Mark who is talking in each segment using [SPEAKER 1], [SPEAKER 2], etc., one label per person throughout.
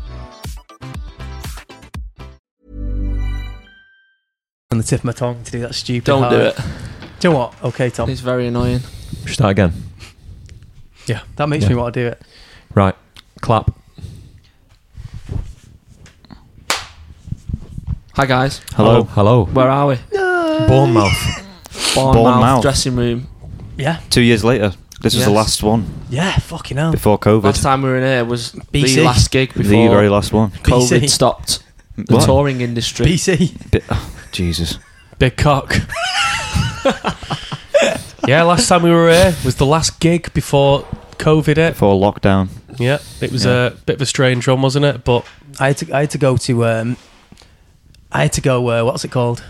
[SPEAKER 1] on the tip of my tongue to do that stupid.
[SPEAKER 2] Don't do
[SPEAKER 1] hard-
[SPEAKER 2] it.
[SPEAKER 1] Do you know what? Okay, Tom.
[SPEAKER 2] It's very annoying.
[SPEAKER 3] Start again.
[SPEAKER 1] Yeah, that makes
[SPEAKER 3] Yeah.
[SPEAKER 1] me want to do it.
[SPEAKER 3] Right. Clap.
[SPEAKER 2] Hi guys.
[SPEAKER 3] Hello. Hello.
[SPEAKER 2] Where are we?
[SPEAKER 3] Bournemouth.
[SPEAKER 2] Bournemouth,
[SPEAKER 4] Bournemouth.
[SPEAKER 2] dressing room.
[SPEAKER 1] Yeah,
[SPEAKER 4] Two years later, this was the
[SPEAKER 2] Yes.
[SPEAKER 4] last one
[SPEAKER 1] yeah, fucking hell.
[SPEAKER 4] before
[SPEAKER 2] Last
[SPEAKER 4] COVID.
[SPEAKER 2] time we were in here was
[SPEAKER 1] BC.
[SPEAKER 2] the last gig
[SPEAKER 4] The
[SPEAKER 2] before
[SPEAKER 4] very last one.
[SPEAKER 2] COVID
[SPEAKER 1] BC.
[SPEAKER 2] stopped the
[SPEAKER 4] What?
[SPEAKER 2] touring industry.
[SPEAKER 1] BC,
[SPEAKER 4] Bi- oh, Jesus.
[SPEAKER 3] Big cock. yeah, last time we were here was the last gig before COVID hit.
[SPEAKER 4] Before lockdown.
[SPEAKER 3] Yeah, it was a bit of a strange one, wasn't it? But
[SPEAKER 1] I had to, I had to go to, um, I had to go. Uh, what's it called?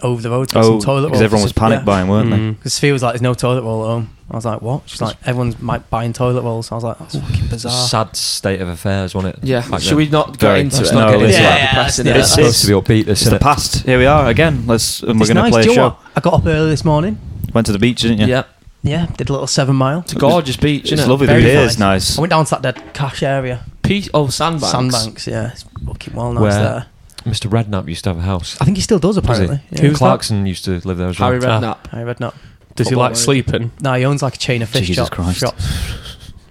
[SPEAKER 1] Over the road to get
[SPEAKER 4] Oh,
[SPEAKER 1] some toilet
[SPEAKER 4] because
[SPEAKER 1] rolls.
[SPEAKER 4] everyone was panic buying, weren't
[SPEAKER 3] Mm.
[SPEAKER 1] Because Sophia was like, "There's no toilet roll at home." I was like, "What?" She's like, "Everyone's might buying toilet rolls." I was like, "That's fucking bizarre."
[SPEAKER 5] sad state of affairs, wasn't it?
[SPEAKER 2] Yeah.
[SPEAKER 5] Back
[SPEAKER 2] Should
[SPEAKER 5] then.
[SPEAKER 2] we not get
[SPEAKER 4] Very-
[SPEAKER 2] into
[SPEAKER 4] let's
[SPEAKER 2] it?
[SPEAKER 4] not
[SPEAKER 2] It's
[SPEAKER 4] get into
[SPEAKER 2] quite
[SPEAKER 1] it. Yeah,
[SPEAKER 2] depressing,
[SPEAKER 1] yeah,
[SPEAKER 2] isn't
[SPEAKER 4] it's-
[SPEAKER 2] it?
[SPEAKER 5] Supposed to be upbeat, this,
[SPEAKER 4] they? It's
[SPEAKER 5] isn't
[SPEAKER 4] the
[SPEAKER 5] it?
[SPEAKER 4] past. Here we are again. Let's. And we're
[SPEAKER 1] It's
[SPEAKER 4] going to
[SPEAKER 1] nice,
[SPEAKER 4] play a
[SPEAKER 1] do you
[SPEAKER 4] show.
[SPEAKER 1] know what? I got up early this morning.
[SPEAKER 4] Went to the beach, didn't you?
[SPEAKER 2] yeah.
[SPEAKER 1] Yeah, did a little seven mile.
[SPEAKER 2] It's a gorgeous beach,
[SPEAKER 4] It's
[SPEAKER 2] isn't it?
[SPEAKER 4] lovely.
[SPEAKER 1] Very
[SPEAKER 4] the beer's
[SPEAKER 1] nice. Oh,
[SPEAKER 4] nice.
[SPEAKER 1] I went down to that dead cash area,
[SPEAKER 2] Peace. Oh, sandbanks.
[SPEAKER 1] Sandbanks. Yeah, it's fucking well nice
[SPEAKER 5] Where?
[SPEAKER 1] there.
[SPEAKER 5] Mr. Redknapp used to have a house.
[SPEAKER 1] I think he still does
[SPEAKER 5] he?
[SPEAKER 1] apparently. Yeah.
[SPEAKER 3] Who's that?
[SPEAKER 5] Clarkson used to live there as well.
[SPEAKER 2] Harry
[SPEAKER 3] Ah.
[SPEAKER 2] Redknapp.
[SPEAKER 1] I read not.
[SPEAKER 3] does he
[SPEAKER 1] Football
[SPEAKER 3] like
[SPEAKER 1] worries.
[SPEAKER 3] sleeping?
[SPEAKER 1] No, he owns like a chain of fish
[SPEAKER 4] Jesus
[SPEAKER 1] shop-
[SPEAKER 4] Christ.
[SPEAKER 1] shops.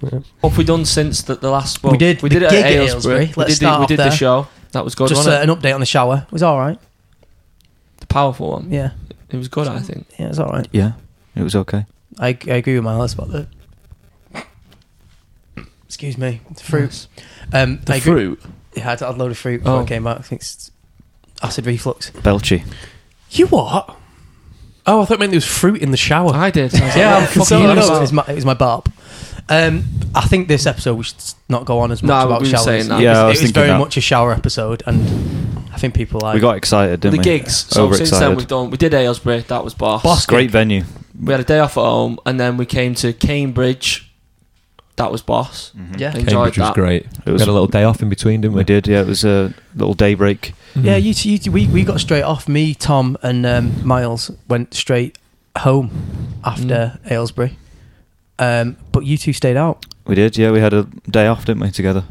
[SPEAKER 2] What have we done since the, the last one?
[SPEAKER 1] We did
[SPEAKER 2] We
[SPEAKER 1] the
[SPEAKER 2] did it
[SPEAKER 1] gig
[SPEAKER 2] at
[SPEAKER 1] at
[SPEAKER 2] Aylesbury.
[SPEAKER 1] Aylesbury.
[SPEAKER 2] We
[SPEAKER 1] Let's
[SPEAKER 2] did, the,
[SPEAKER 1] start
[SPEAKER 2] we
[SPEAKER 1] off
[SPEAKER 2] did the
[SPEAKER 1] there.
[SPEAKER 2] show. That was good,
[SPEAKER 1] Just uh,
[SPEAKER 2] wasn't
[SPEAKER 1] an update on the shower. It was all right.
[SPEAKER 2] it? The powerful one.
[SPEAKER 1] Yeah,
[SPEAKER 2] It was good, I think.
[SPEAKER 1] yeah, it was all right.
[SPEAKER 4] Yeah. It was okay.
[SPEAKER 1] I, I agree with my last about the. Excuse me, the fruit. Um,
[SPEAKER 2] The
[SPEAKER 1] I agree-
[SPEAKER 2] fruit.
[SPEAKER 1] Yeah, I had a load of fruit before
[SPEAKER 2] Oh.
[SPEAKER 1] I came back. I think it's acid reflux.
[SPEAKER 4] Belchy.
[SPEAKER 3] You what? Oh, I thought it meant there was fruit in the shower.
[SPEAKER 2] I did. I was like,
[SPEAKER 1] Yeah,
[SPEAKER 2] what
[SPEAKER 1] I'm
[SPEAKER 2] the fuck are
[SPEAKER 1] concerned.
[SPEAKER 2] you
[SPEAKER 1] I
[SPEAKER 2] on
[SPEAKER 1] know,
[SPEAKER 2] about?
[SPEAKER 1] It was my, it was my barb. Um, I think this episode we should not go on as
[SPEAKER 2] No,
[SPEAKER 1] much
[SPEAKER 2] we
[SPEAKER 1] about
[SPEAKER 2] were
[SPEAKER 1] showers.
[SPEAKER 2] saying that.
[SPEAKER 1] It
[SPEAKER 4] Yeah,
[SPEAKER 1] was,
[SPEAKER 4] I
[SPEAKER 1] it
[SPEAKER 4] was
[SPEAKER 1] was
[SPEAKER 4] thinking
[SPEAKER 1] very
[SPEAKER 4] that.
[SPEAKER 1] much a shower episode, and I think people like
[SPEAKER 4] We got excited,
[SPEAKER 2] the
[SPEAKER 4] didn't we?
[SPEAKER 2] gigs. So since then
[SPEAKER 4] Overexcited.
[SPEAKER 2] we've done. We did Aylesbury. That was boss.
[SPEAKER 4] Boss, great venue.
[SPEAKER 2] We had a day off at home, and then we came to Cambridge. That was boss.
[SPEAKER 1] yeah.
[SPEAKER 2] Enjoyed
[SPEAKER 5] Cambridge was
[SPEAKER 2] that.
[SPEAKER 5] great.
[SPEAKER 4] It
[SPEAKER 5] We
[SPEAKER 4] was.
[SPEAKER 5] had a little day off in between, didn't we? Mm-hmm.
[SPEAKER 4] We did. Yeah, it was a little daybreak.
[SPEAKER 1] Yeah,
[SPEAKER 2] Mm.
[SPEAKER 1] you, two, you two, we we got straight off. Me, Tom, and um, Miles went straight home after
[SPEAKER 2] Mm.
[SPEAKER 1] Aylesbury. Um, but you two stayed out.
[SPEAKER 4] We did. Yeah, we had a day off, didn't we? Together.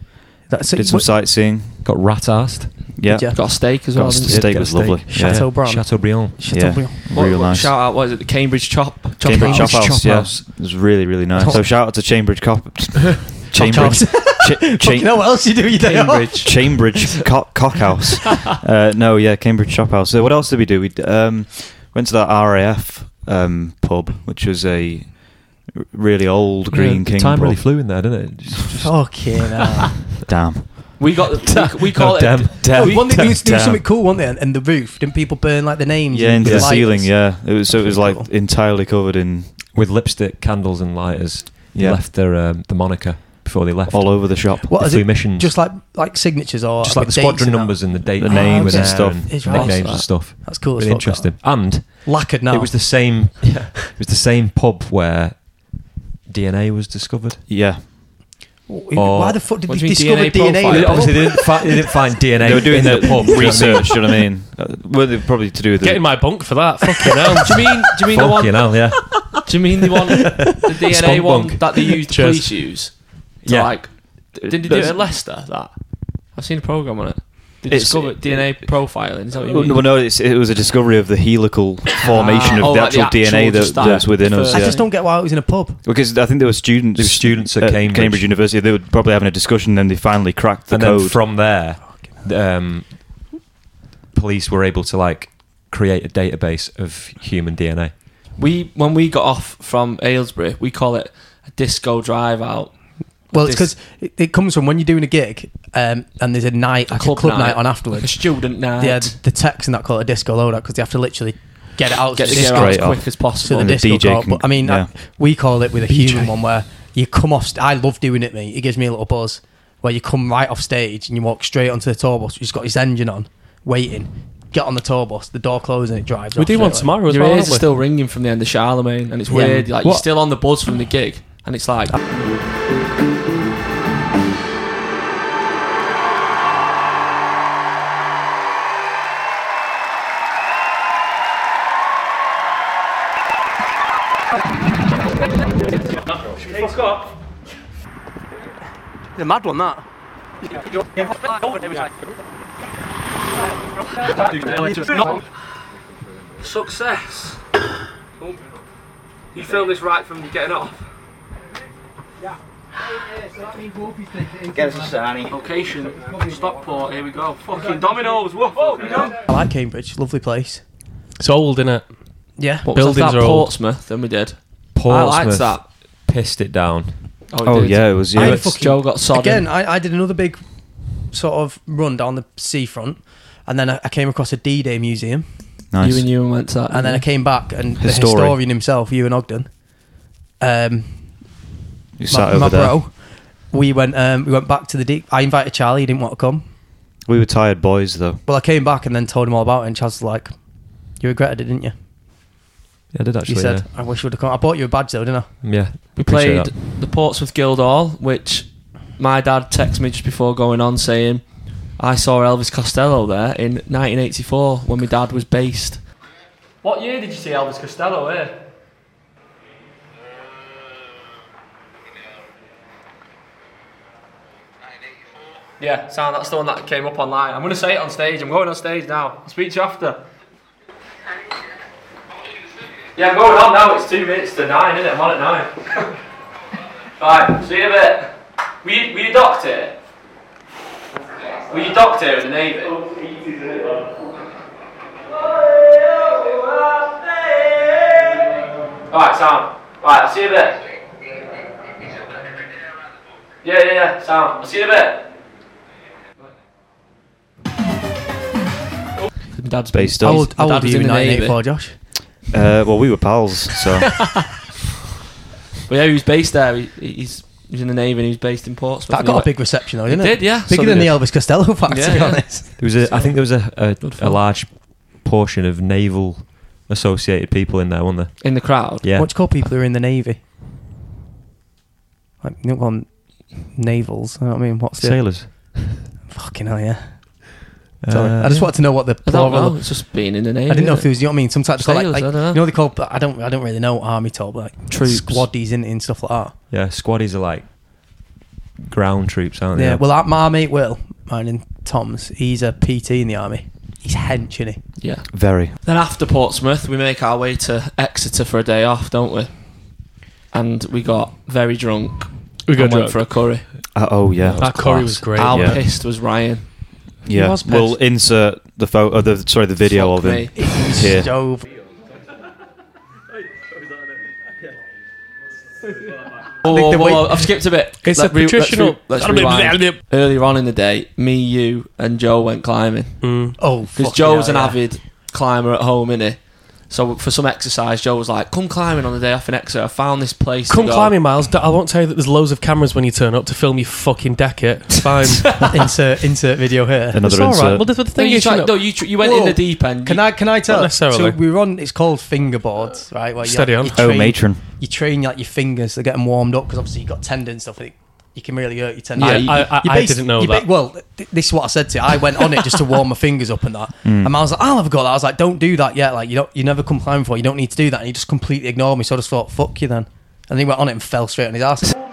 [SPEAKER 1] That's it.
[SPEAKER 4] Did some
[SPEAKER 1] What-
[SPEAKER 4] sightseeing.
[SPEAKER 5] Got rat assed.
[SPEAKER 4] Yeah.
[SPEAKER 1] ya?
[SPEAKER 2] Got a steak as well.
[SPEAKER 4] Got a
[SPEAKER 2] didn't
[SPEAKER 4] steak.
[SPEAKER 2] you?
[SPEAKER 4] was lovely. Yeah.
[SPEAKER 1] Chateaubriand.
[SPEAKER 5] Chateaubriand.
[SPEAKER 1] Chateaubriand.
[SPEAKER 2] What-
[SPEAKER 4] Real
[SPEAKER 2] what-
[SPEAKER 4] nice.
[SPEAKER 2] Shout out. What is it? The Cambridge Chop. Chop
[SPEAKER 4] Cambridge
[SPEAKER 2] House.
[SPEAKER 4] Chop House.
[SPEAKER 5] Chop
[SPEAKER 4] yeah,
[SPEAKER 5] House.
[SPEAKER 4] it was really really nice.
[SPEAKER 1] Chop-
[SPEAKER 4] So shout out to Chambridge Cop. Chambridge.
[SPEAKER 1] Chop-
[SPEAKER 4] Ch-
[SPEAKER 1] Fuck, you know
[SPEAKER 4] Cham-
[SPEAKER 1] what else you do? You day off?
[SPEAKER 2] Cambridge.
[SPEAKER 4] Chambridge Cock Cockhouse. Uh, no, yeah, Cambridge Chop House. So what else did we do? We d- um, went to that RAF um, pub, which was a r- really old Green
[SPEAKER 5] Yeah,
[SPEAKER 4] King
[SPEAKER 5] Time
[SPEAKER 4] pub.
[SPEAKER 5] really flew in there, didn't it? Just- just-
[SPEAKER 1] Fucking hell.
[SPEAKER 4] Damn.
[SPEAKER 2] We got. We, we call
[SPEAKER 5] No,
[SPEAKER 2] it.
[SPEAKER 5] damn.
[SPEAKER 1] Oh,
[SPEAKER 4] Damn.
[SPEAKER 1] one thing we used to do
[SPEAKER 4] Damn.
[SPEAKER 1] something cool, weren't they? And, and the roof. Didn't people burn like the names?
[SPEAKER 4] Yeah,
[SPEAKER 1] and
[SPEAKER 4] into the
[SPEAKER 1] lighters?
[SPEAKER 4] ceiling. Yeah, it was. So it was like
[SPEAKER 1] Cool.
[SPEAKER 4] entirely covered in
[SPEAKER 5] With lipstick, candles, and lighters. They
[SPEAKER 4] Yeah.
[SPEAKER 5] left their um, the moniker before they left.
[SPEAKER 4] all over the shop.
[SPEAKER 1] What
[SPEAKER 5] the
[SPEAKER 1] is
[SPEAKER 5] three
[SPEAKER 1] it?
[SPEAKER 5] missions.
[SPEAKER 1] Just like like signatures or
[SPEAKER 5] Just like the
[SPEAKER 1] dates and
[SPEAKER 5] squadron
[SPEAKER 1] that?
[SPEAKER 5] numbers and the date,
[SPEAKER 4] The
[SPEAKER 5] who
[SPEAKER 4] names
[SPEAKER 5] were there
[SPEAKER 4] and stuff.
[SPEAKER 1] It's
[SPEAKER 5] and
[SPEAKER 1] right.
[SPEAKER 5] nicknames and stuff.
[SPEAKER 1] That's cool. as
[SPEAKER 5] Really
[SPEAKER 1] fuck, that.
[SPEAKER 5] interesting. And
[SPEAKER 1] Lacquered now.
[SPEAKER 5] it was the same. It was the same pub where DNA was discovered.
[SPEAKER 4] Yeah,
[SPEAKER 5] Oh.
[SPEAKER 1] Why the fuck did
[SPEAKER 2] What
[SPEAKER 1] they
[SPEAKER 2] do you mean
[SPEAKER 1] discover DNA?
[SPEAKER 2] DNA
[SPEAKER 1] in
[SPEAKER 2] profile?
[SPEAKER 5] They-
[SPEAKER 1] the
[SPEAKER 5] obviously,
[SPEAKER 1] pub?
[SPEAKER 5] they didn't, fi- they didn't find DNA.
[SPEAKER 4] they were doing
[SPEAKER 5] in
[SPEAKER 4] their
[SPEAKER 5] the pub
[SPEAKER 4] research. you know what I mean? Uh, well, they probably to do with
[SPEAKER 3] Get
[SPEAKER 4] the
[SPEAKER 3] in my bunk for that. Fucking hell.
[SPEAKER 2] Do you mean? Do you mean the one?
[SPEAKER 5] Fucking hell, yeah.
[SPEAKER 2] Do you mean the one, the DNA
[SPEAKER 5] Spunk
[SPEAKER 2] one
[SPEAKER 5] bunk.
[SPEAKER 2] that they use, the
[SPEAKER 5] Cheers.
[SPEAKER 2] police use? To
[SPEAKER 5] Yeah.
[SPEAKER 2] Like, did they do it
[SPEAKER 4] That's-
[SPEAKER 2] at Leicester? That I've seen a program on it. They
[SPEAKER 4] It's-
[SPEAKER 2] discovered DNA profiling. Is that what you
[SPEAKER 4] Well,
[SPEAKER 2] mean?
[SPEAKER 4] no, it's, it was a discovery of the helical formation
[SPEAKER 2] Ah.
[SPEAKER 4] of
[SPEAKER 2] Oh,
[SPEAKER 4] the
[SPEAKER 2] like the
[SPEAKER 4] actual DNA
[SPEAKER 2] actual
[SPEAKER 4] that,
[SPEAKER 2] just that.
[SPEAKER 4] that's within us.
[SPEAKER 2] I
[SPEAKER 1] I
[SPEAKER 4] yeah.
[SPEAKER 1] just don't get why it was in a pub.
[SPEAKER 4] because I think there were students,
[SPEAKER 5] There were students at Cambridge.
[SPEAKER 4] University. They were probably having a discussion, and then they finally cracked the
[SPEAKER 5] and
[SPEAKER 4] code.
[SPEAKER 5] then from there, um, police were able to like create a database of human DNA.
[SPEAKER 2] we when we got off from Aylesbury, we call it a disco drive out.
[SPEAKER 1] Well, it's
[SPEAKER 2] This-
[SPEAKER 1] because it, it comes from when you're doing a gig um, and there's a night, like a club night, on
[SPEAKER 2] like a
[SPEAKER 1] afterwards.
[SPEAKER 2] student night.
[SPEAKER 1] yeah, the, the techs and that call it a disco loadout because they have to literally get it out
[SPEAKER 2] get
[SPEAKER 1] to
[SPEAKER 2] the
[SPEAKER 1] the
[SPEAKER 2] gear
[SPEAKER 1] disco.
[SPEAKER 2] out as
[SPEAKER 4] Straight
[SPEAKER 2] quick
[SPEAKER 4] off.
[SPEAKER 2] as
[SPEAKER 1] So
[SPEAKER 2] possible.
[SPEAKER 1] the
[SPEAKER 4] And the
[SPEAKER 1] disco
[SPEAKER 4] DJ
[SPEAKER 1] call.
[SPEAKER 4] can-
[SPEAKER 1] But I mean,
[SPEAKER 4] yeah.
[SPEAKER 1] I- we call it with a human one where you come off. st- I love doing it, mate. It gives me a little buzz. where you come right off stage and you walk straight onto the tour bus, which has got his engine on, waiting. Get on the tour bus, the door closes and it drives.
[SPEAKER 3] We
[SPEAKER 1] off
[SPEAKER 3] do one
[SPEAKER 1] straight away.
[SPEAKER 3] tomorrow as
[SPEAKER 2] Your
[SPEAKER 3] well.
[SPEAKER 2] ears
[SPEAKER 3] don't
[SPEAKER 2] are
[SPEAKER 3] we?
[SPEAKER 2] still ringing from the end of Charlemagne, and it's
[SPEAKER 1] Yeah.
[SPEAKER 2] weird. Like you're
[SPEAKER 3] What?
[SPEAKER 2] still on the buzz from the gig, and it's like
[SPEAKER 1] It's a mad one that.
[SPEAKER 6] Success. You film this right from getting off.
[SPEAKER 7] Get us a sarnie.
[SPEAKER 6] Location Stockport. Here we go. Fucking dominoes. Woof.
[SPEAKER 1] I like Cambridge, lovely place.
[SPEAKER 3] It's old, innit?
[SPEAKER 1] Yeah.
[SPEAKER 2] what was
[SPEAKER 3] Buildings
[SPEAKER 2] that,
[SPEAKER 3] are old.
[SPEAKER 2] Portsmouth, and we did. I
[SPEAKER 5] Portsmouth
[SPEAKER 2] liked that.
[SPEAKER 5] pissed it down.
[SPEAKER 2] it
[SPEAKER 4] Oh
[SPEAKER 2] did.
[SPEAKER 4] yeah, it was
[SPEAKER 1] I
[SPEAKER 4] yeah.
[SPEAKER 2] But
[SPEAKER 1] fucking-
[SPEAKER 2] Joe got sodden.
[SPEAKER 1] Again, I, I did another big sort of run down the seafront, and then I, I came across a D-Day museum,
[SPEAKER 4] nice.
[SPEAKER 2] You and you went to that.
[SPEAKER 1] and then I came back, and the
[SPEAKER 4] Historian.
[SPEAKER 1] historian himself, Ewan Ogden, um,
[SPEAKER 4] You
[SPEAKER 1] my,
[SPEAKER 4] sat over
[SPEAKER 1] my
[SPEAKER 4] there.
[SPEAKER 1] bro, we went um, we went back to the deep. I invited Charlie, he didn't want to come.
[SPEAKER 4] We were tired boys though.
[SPEAKER 1] Well, I came back and then told him all about it, and Chaz was like, "You regretted it, didn't you?"
[SPEAKER 5] Yeah, I did actually.
[SPEAKER 1] He said, "I wish you would have come." I bought you a badge though, didn't I?
[SPEAKER 5] yeah. yeah.
[SPEAKER 2] we
[SPEAKER 5] Appreciate
[SPEAKER 2] played
[SPEAKER 5] that.
[SPEAKER 2] the Portsmouth Guildhall, which my dad texted me just before going on saying, "I saw Elvis Costello there in 1984 when my dad was based."
[SPEAKER 6] What year did you see Elvis Costello eh? here? Yeah, sound that's the one that came up online. I'm gonna say it on stage. I'm going on stage now. I'll speak to you after. Yeah, I'm going on now. It's two minutes to nine, isn't it? I'm on at nine. right, see you in a bit. Were you, were you docked here? Were you docked here in the Navy? Alright, sound. Alright, I'll see you in a bit. Yeah, yeah, yeah, sound. I'll see you in a bit.
[SPEAKER 2] My dad's
[SPEAKER 4] Based
[SPEAKER 1] I
[SPEAKER 4] on
[SPEAKER 1] will. I
[SPEAKER 2] dad
[SPEAKER 1] will
[SPEAKER 2] was
[SPEAKER 1] be in
[SPEAKER 2] in
[SPEAKER 1] the
[SPEAKER 2] the Navy.
[SPEAKER 1] 1984, Josh.
[SPEAKER 4] uh, well, we were pals, so
[SPEAKER 2] But yeah, he was based there. He, he's he was in the navy and he was based in Portsmouth.
[SPEAKER 1] That
[SPEAKER 2] And
[SPEAKER 1] got
[SPEAKER 2] he
[SPEAKER 1] a big reception though, didn't
[SPEAKER 2] did, yeah.
[SPEAKER 1] Bigger
[SPEAKER 2] So
[SPEAKER 1] than
[SPEAKER 2] did.
[SPEAKER 1] the Elvis Costello fact,
[SPEAKER 2] Yeah,
[SPEAKER 1] to be
[SPEAKER 2] yeah.
[SPEAKER 1] honest.
[SPEAKER 5] There was a, I think there was a, a, a
[SPEAKER 2] film.
[SPEAKER 5] large portion of naval associated people in there, wasn't there?
[SPEAKER 2] went in the crowd.
[SPEAKER 5] Yeah.
[SPEAKER 1] What do you call people who are in the navy? Like, you don't call 'em navals. I don't mean what's the
[SPEAKER 5] Sailors.
[SPEAKER 1] fucking hell, yeah. Sorry.
[SPEAKER 5] Uh,
[SPEAKER 1] I just
[SPEAKER 5] yeah.
[SPEAKER 1] wanted to know what the
[SPEAKER 2] I don't know.
[SPEAKER 1] plural.
[SPEAKER 2] It's just being in the
[SPEAKER 1] I
[SPEAKER 2] navy.
[SPEAKER 1] didn't know if
[SPEAKER 2] isn't
[SPEAKER 1] there was. You know what I mean? Sometimes they call,
[SPEAKER 2] Sailors,
[SPEAKER 1] like,
[SPEAKER 2] I
[SPEAKER 1] like
[SPEAKER 2] don't know.
[SPEAKER 1] you know they call. I don't. I don't really know army talk, but like
[SPEAKER 2] Troops.
[SPEAKER 1] squaddies in and stuff like that.
[SPEAKER 5] Yeah, squaddies are like ground troops, aren't they?
[SPEAKER 1] Yeah. Well, like, my mate Will, mine and Tom's, he's a PT in the army. He's hench, is he?
[SPEAKER 2] it? yeah.
[SPEAKER 4] very.
[SPEAKER 2] Then after Portsmouth, we make our way to Exeter for a day off, don't we? And we got very drunk.
[SPEAKER 3] We got
[SPEAKER 2] and went
[SPEAKER 3] drunk.
[SPEAKER 2] for a curry.
[SPEAKER 4] Uh, oh yeah,
[SPEAKER 3] That curry was great.
[SPEAKER 2] How
[SPEAKER 4] yeah.
[SPEAKER 2] pissed was Ryan?
[SPEAKER 4] Yeah,
[SPEAKER 3] was pissed.
[SPEAKER 4] we'll insert the photo. The sorry, the video
[SPEAKER 2] Fuck
[SPEAKER 4] of him.
[SPEAKER 2] me.
[SPEAKER 4] Here.
[SPEAKER 1] So
[SPEAKER 2] Whoa,
[SPEAKER 1] think
[SPEAKER 2] whoa,
[SPEAKER 1] the way-
[SPEAKER 2] whoa, I've skipped a bit.
[SPEAKER 3] It's
[SPEAKER 2] Let
[SPEAKER 3] a
[SPEAKER 2] re- let's
[SPEAKER 3] traditional-
[SPEAKER 2] re- let's rewind. Earlier on in the day, me, you, and Joe went climbing
[SPEAKER 1] oh,
[SPEAKER 2] because
[SPEAKER 1] fucking
[SPEAKER 2] Joe was
[SPEAKER 1] hell,
[SPEAKER 2] an
[SPEAKER 1] yeah.
[SPEAKER 2] avid climber at home, innit? So for some exercise, Joe was like, "Come climbing on the day off in Exeter. I found this place. to
[SPEAKER 3] Come
[SPEAKER 2] go."
[SPEAKER 3] climbing, Miles. D- I won't tell you that there's loads of cameras when you turn up to film you fucking deck it. It's fine.
[SPEAKER 1] insert insert video here.
[SPEAKER 4] Another
[SPEAKER 3] it's all right.
[SPEAKER 4] insert.
[SPEAKER 3] Well, the, the
[SPEAKER 2] No,
[SPEAKER 3] thing
[SPEAKER 2] you,
[SPEAKER 3] is, you
[SPEAKER 2] tried,
[SPEAKER 3] know,
[SPEAKER 2] no, you, tr- you went in
[SPEAKER 1] Whoa.
[SPEAKER 2] the deep end.
[SPEAKER 1] Can I can I tell?
[SPEAKER 3] Not necessarily.
[SPEAKER 1] So we were on. It's called fingerboards, right? Where you-
[SPEAKER 3] Steady on.
[SPEAKER 1] You
[SPEAKER 4] oh,
[SPEAKER 1] train,
[SPEAKER 4] matron.
[SPEAKER 1] you train like your fingers. They're getting warmed up because obviously you have got tendon and stuff. And it, you can really hurt your tendon.
[SPEAKER 2] Yeah,
[SPEAKER 3] I,
[SPEAKER 2] you-
[SPEAKER 3] I, I,
[SPEAKER 1] You
[SPEAKER 3] I
[SPEAKER 1] basi-
[SPEAKER 3] didn't know
[SPEAKER 1] you ba-
[SPEAKER 3] that.
[SPEAKER 1] well, th- this is what I said to you. I went on it just to warm my fingers up and that.
[SPEAKER 2] Mm.
[SPEAKER 1] And I was like, I'll have a go. at that. I was like, don't do that yet. Like you don't, you never come climbing for. it. You don't need to do that. And he just completely ignored me. So I just thought, fuck you then. And he went on it and fell straight on his ass.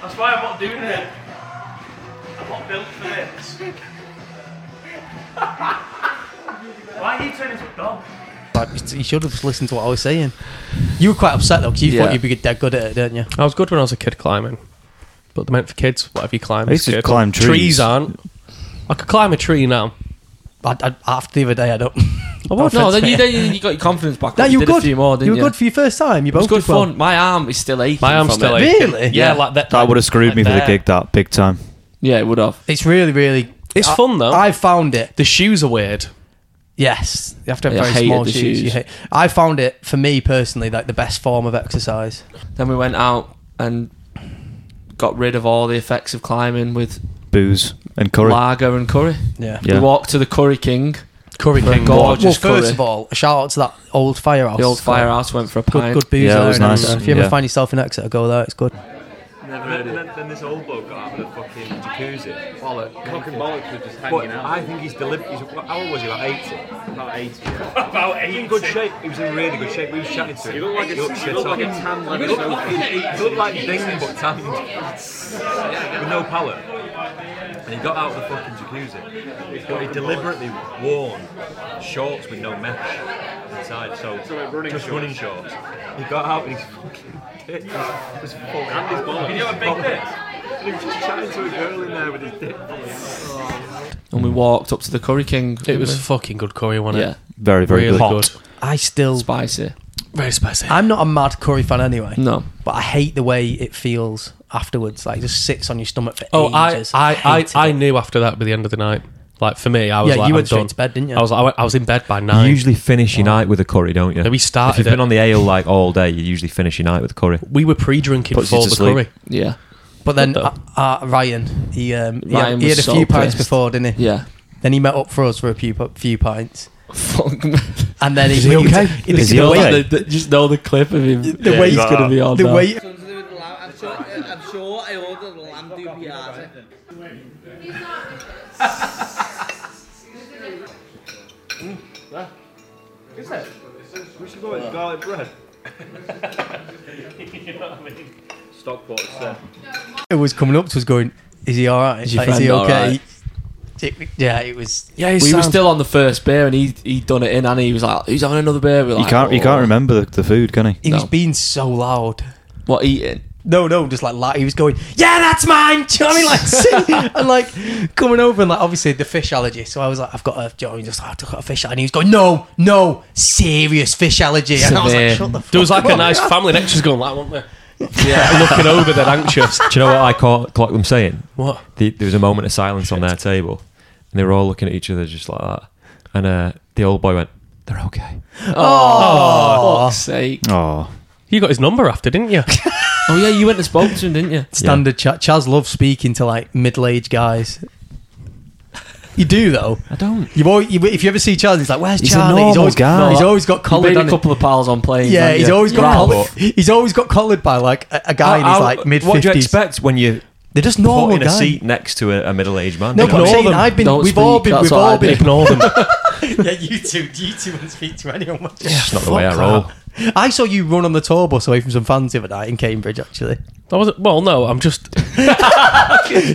[SPEAKER 6] That's why I'm not doing it. I'm not built for this. why are you turning to a dog?
[SPEAKER 1] Like, he should have just listened to what I was saying. You were quite upset though because you
[SPEAKER 2] Yeah.
[SPEAKER 1] thought you'd be dead good at it, didn't you?
[SPEAKER 3] I was good when I was a kid climbing, but they meant for kids. Whatever you climb,
[SPEAKER 4] I used
[SPEAKER 3] is
[SPEAKER 4] to
[SPEAKER 3] good.
[SPEAKER 4] climb trees.
[SPEAKER 3] aren't. I could climb a tree now.
[SPEAKER 1] I, I, after the other day, I don't.
[SPEAKER 3] I would.
[SPEAKER 2] No,
[SPEAKER 3] No,
[SPEAKER 2] then you, then you, you got your confidence back.
[SPEAKER 1] No,
[SPEAKER 2] up.
[SPEAKER 1] you were
[SPEAKER 2] did
[SPEAKER 1] good.
[SPEAKER 2] a few more,
[SPEAKER 1] you
[SPEAKER 2] didn't you?
[SPEAKER 1] were good for your first time. You
[SPEAKER 2] It
[SPEAKER 1] both
[SPEAKER 2] was good
[SPEAKER 1] did well.
[SPEAKER 2] fun. My arm is still aching.
[SPEAKER 3] my arm's
[SPEAKER 2] from
[SPEAKER 3] still
[SPEAKER 2] it.
[SPEAKER 3] aching.
[SPEAKER 1] Really?
[SPEAKER 2] Yeah.
[SPEAKER 3] Yeah, like that.
[SPEAKER 4] That would have screwed
[SPEAKER 3] like
[SPEAKER 4] me for the
[SPEAKER 3] there.
[SPEAKER 4] gig. That big time.
[SPEAKER 2] Yeah, it would have.
[SPEAKER 1] It's really, really.
[SPEAKER 3] It's fun though.
[SPEAKER 1] I found it.
[SPEAKER 3] the shoes are weird.
[SPEAKER 1] Yes, you have to have
[SPEAKER 2] Yeah, I
[SPEAKER 1] very
[SPEAKER 2] hated
[SPEAKER 1] small
[SPEAKER 2] the
[SPEAKER 1] shoes.
[SPEAKER 2] shoes.
[SPEAKER 1] You hate- I found it for me personally like the best form of exercise.
[SPEAKER 2] Then we went out and got rid of all the effects of climbing with
[SPEAKER 4] Booze and curry.
[SPEAKER 2] lager and curry.
[SPEAKER 1] Yeah.
[SPEAKER 4] Yeah.
[SPEAKER 2] We walked to the Curry King,
[SPEAKER 1] Curry
[SPEAKER 2] For a
[SPEAKER 1] King. Well,
[SPEAKER 2] gorgeous
[SPEAKER 1] first
[SPEAKER 2] curry.
[SPEAKER 1] of all, a shout out to that old firehouse.
[SPEAKER 2] the old
[SPEAKER 1] It's got
[SPEAKER 2] firehouse, went for a
[SPEAKER 1] Good,
[SPEAKER 2] pint.
[SPEAKER 1] good booze.
[SPEAKER 4] Yeah, it
[SPEAKER 1] there
[SPEAKER 4] was
[SPEAKER 1] and
[SPEAKER 4] nice.
[SPEAKER 1] everything. If you
[SPEAKER 4] Yeah.
[SPEAKER 1] ever find yourself in Exeter, go there. It's good.
[SPEAKER 5] Then, then this old bloke got out of the fucking jacuzzi. Bollock. Cock and bollocks were just hanging out. I think he's delivered. He's, how old was he? About 80? About 80. Yeah. About 80. He was in good shape. He was in really good shape. We were chatting to him. He looked like, a, he looked like a tan leather sofa. He looked like Bing, but tanned. With no palate. And he got out of the fucking jacuzzi. But he deliberately worn shorts with no mesh inside. So, just running shorts. He got out and his fucking dick was, was full. And his bollocks. You know a big dick? He was just chatting to a girl in there with his dick.
[SPEAKER 2] and we walked up to the Curry King.
[SPEAKER 3] It
[SPEAKER 2] didn't
[SPEAKER 3] was
[SPEAKER 2] we?
[SPEAKER 3] fucking good curry, wasn't
[SPEAKER 2] yeah,
[SPEAKER 3] it?
[SPEAKER 4] Very, very
[SPEAKER 3] really
[SPEAKER 4] good.
[SPEAKER 3] good.
[SPEAKER 1] I still.
[SPEAKER 2] spicy.
[SPEAKER 3] Very spicy.
[SPEAKER 1] I'm not a mad curry fan anyway.
[SPEAKER 2] No,
[SPEAKER 1] But I hate the way it feels afterwards. Like it just sits on your stomach for
[SPEAKER 3] oh, I,
[SPEAKER 1] ages.
[SPEAKER 3] I,
[SPEAKER 1] hated
[SPEAKER 3] I, I
[SPEAKER 1] it.
[SPEAKER 3] knew after that by the end of the night. Like for me, I was
[SPEAKER 1] Yeah,
[SPEAKER 3] like,
[SPEAKER 1] you
[SPEAKER 3] I'm
[SPEAKER 1] went straight
[SPEAKER 3] done.
[SPEAKER 1] to bed, didn't you?
[SPEAKER 3] I was, like, I, went- I was in bed by
[SPEAKER 5] You
[SPEAKER 3] nine.
[SPEAKER 5] usually finish your night with a curry, don't you?
[SPEAKER 3] Yeah, we started
[SPEAKER 5] If you've
[SPEAKER 3] it.
[SPEAKER 5] been on the ale like all day, you usually finish your night with a curry.
[SPEAKER 3] we were pre-drinking
[SPEAKER 4] Puts you
[SPEAKER 3] before
[SPEAKER 4] to
[SPEAKER 3] the
[SPEAKER 4] sleep.
[SPEAKER 3] curry.
[SPEAKER 2] yeah,
[SPEAKER 1] But then
[SPEAKER 3] What
[SPEAKER 1] uh, uh, Ryan, he um, he, had,
[SPEAKER 2] Ryan
[SPEAKER 1] he
[SPEAKER 2] was
[SPEAKER 1] had a
[SPEAKER 2] so
[SPEAKER 1] few pints
[SPEAKER 2] pissed.
[SPEAKER 1] before, didn't he?
[SPEAKER 2] yeah.
[SPEAKER 1] Then he met up for us for a few few pints,
[SPEAKER 2] Fuck.
[SPEAKER 1] and then he,
[SPEAKER 2] Is he okay?
[SPEAKER 1] He,
[SPEAKER 4] Is
[SPEAKER 1] the
[SPEAKER 4] he
[SPEAKER 1] way-
[SPEAKER 4] okay?
[SPEAKER 2] The- the- just know the clip of him.
[SPEAKER 1] The way
[SPEAKER 2] he's gonna be on.
[SPEAKER 1] The
[SPEAKER 2] now.
[SPEAKER 1] way
[SPEAKER 7] I'm sure, I'm sure I ordered lamb do piazza.
[SPEAKER 1] it was coming up to us, going, "Is he all right? Is,
[SPEAKER 2] your
[SPEAKER 1] is he
[SPEAKER 2] friend all
[SPEAKER 1] okay?" It- yeah, it was.
[SPEAKER 3] Yeah,
[SPEAKER 2] we were still on the first beer, and he he done it in, and he was like, "Who's having another beer?" We were
[SPEAKER 4] You
[SPEAKER 2] like,
[SPEAKER 4] can't, you
[SPEAKER 2] "Oh."
[SPEAKER 4] can't remember the, the food, can he?
[SPEAKER 1] He was
[SPEAKER 2] No.
[SPEAKER 1] being so loud.
[SPEAKER 2] what eating.
[SPEAKER 1] No, no, just like, like he was going, yeah, that's mine. Do you know what I mean? Like, see, and like coming over and like obviously the fish allergy. So I was like, I've got a, do you know what I mean? Just like, I've got a fish allergy. And he was going, no, no, serious fish allergy. And I was like,
[SPEAKER 2] Severe.
[SPEAKER 1] shut the fuck
[SPEAKER 3] There was like
[SPEAKER 1] up.
[SPEAKER 3] a nice family next to us going like, weren't there? Yeah, looking over, they're anxious.
[SPEAKER 5] Do you know what I caught, clocked them saying?
[SPEAKER 3] What?
[SPEAKER 5] The, there was a moment of silence on their table, and they were all looking at each other just like that. And uh, the old boy went, "They're okay."
[SPEAKER 2] Oh, fuck's sake!
[SPEAKER 4] Oh,
[SPEAKER 3] You got his number after, didn't you?
[SPEAKER 2] Oh yeah, you went and spoke to him, didn't you?
[SPEAKER 1] Standard chat. Chaz loves speaking to like middle aged guys. You do though.
[SPEAKER 5] I don't.
[SPEAKER 1] You've always, you, if you ever see Charlie, he's like, "Where's
[SPEAKER 4] He's a
[SPEAKER 1] Charlie?" He's
[SPEAKER 4] normal
[SPEAKER 1] always,
[SPEAKER 4] guy.
[SPEAKER 1] he's always got
[SPEAKER 2] You
[SPEAKER 1] collared.
[SPEAKER 2] made a
[SPEAKER 1] hasn't he?
[SPEAKER 2] couple of pals on planes.
[SPEAKER 1] Yeah,
[SPEAKER 2] hadn't
[SPEAKER 1] he's
[SPEAKER 2] you?
[SPEAKER 1] always got
[SPEAKER 2] Right.
[SPEAKER 1] collared. He's always got collared by like a, a guy in his
[SPEAKER 5] How-
[SPEAKER 1] like mid
[SPEAKER 5] What do you
[SPEAKER 1] fifties.
[SPEAKER 5] expect when you
[SPEAKER 1] They're just
[SPEAKER 5] put
[SPEAKER 1] normal
[SPEAKER 5] in a
[SPEAKER 1] guys.
[SPEAKER 5] seat next to a, a middle-aged man?
[SPEAKER 1] No,
[SPEAKER 5] You know
[SPEAKER 1] but I'm
[SPEAKER 5] what I
[SPEAKER 1] saying
[SPEAKER 5] mean?
[SPEAKER 1] I've been.
[SPEAKER 2] Don't
[SPEAKER 1] We've all
[SPEAKER 2] speak,
[SPEAKER 1] been.
[SPEAKER 2] that's
[SPEAKER 1] We've
[SPEAKER 2] what
[SPEAKER 1] all
[SPEAKER 2] I
[SPEAKER 1] been.
[SPEAKER 2] do.
[SPEAKER 1] Ignore them. yeah, you two. You two wouldn't speak to anyone. Much.
[SPEAKER 5] That's not the way I roll.
[SPEAKER 1] I saw you run on the tour bus away from some fans the other night in Cambridge. Actually,
[SPEAKER 3] That was well, no, I'm just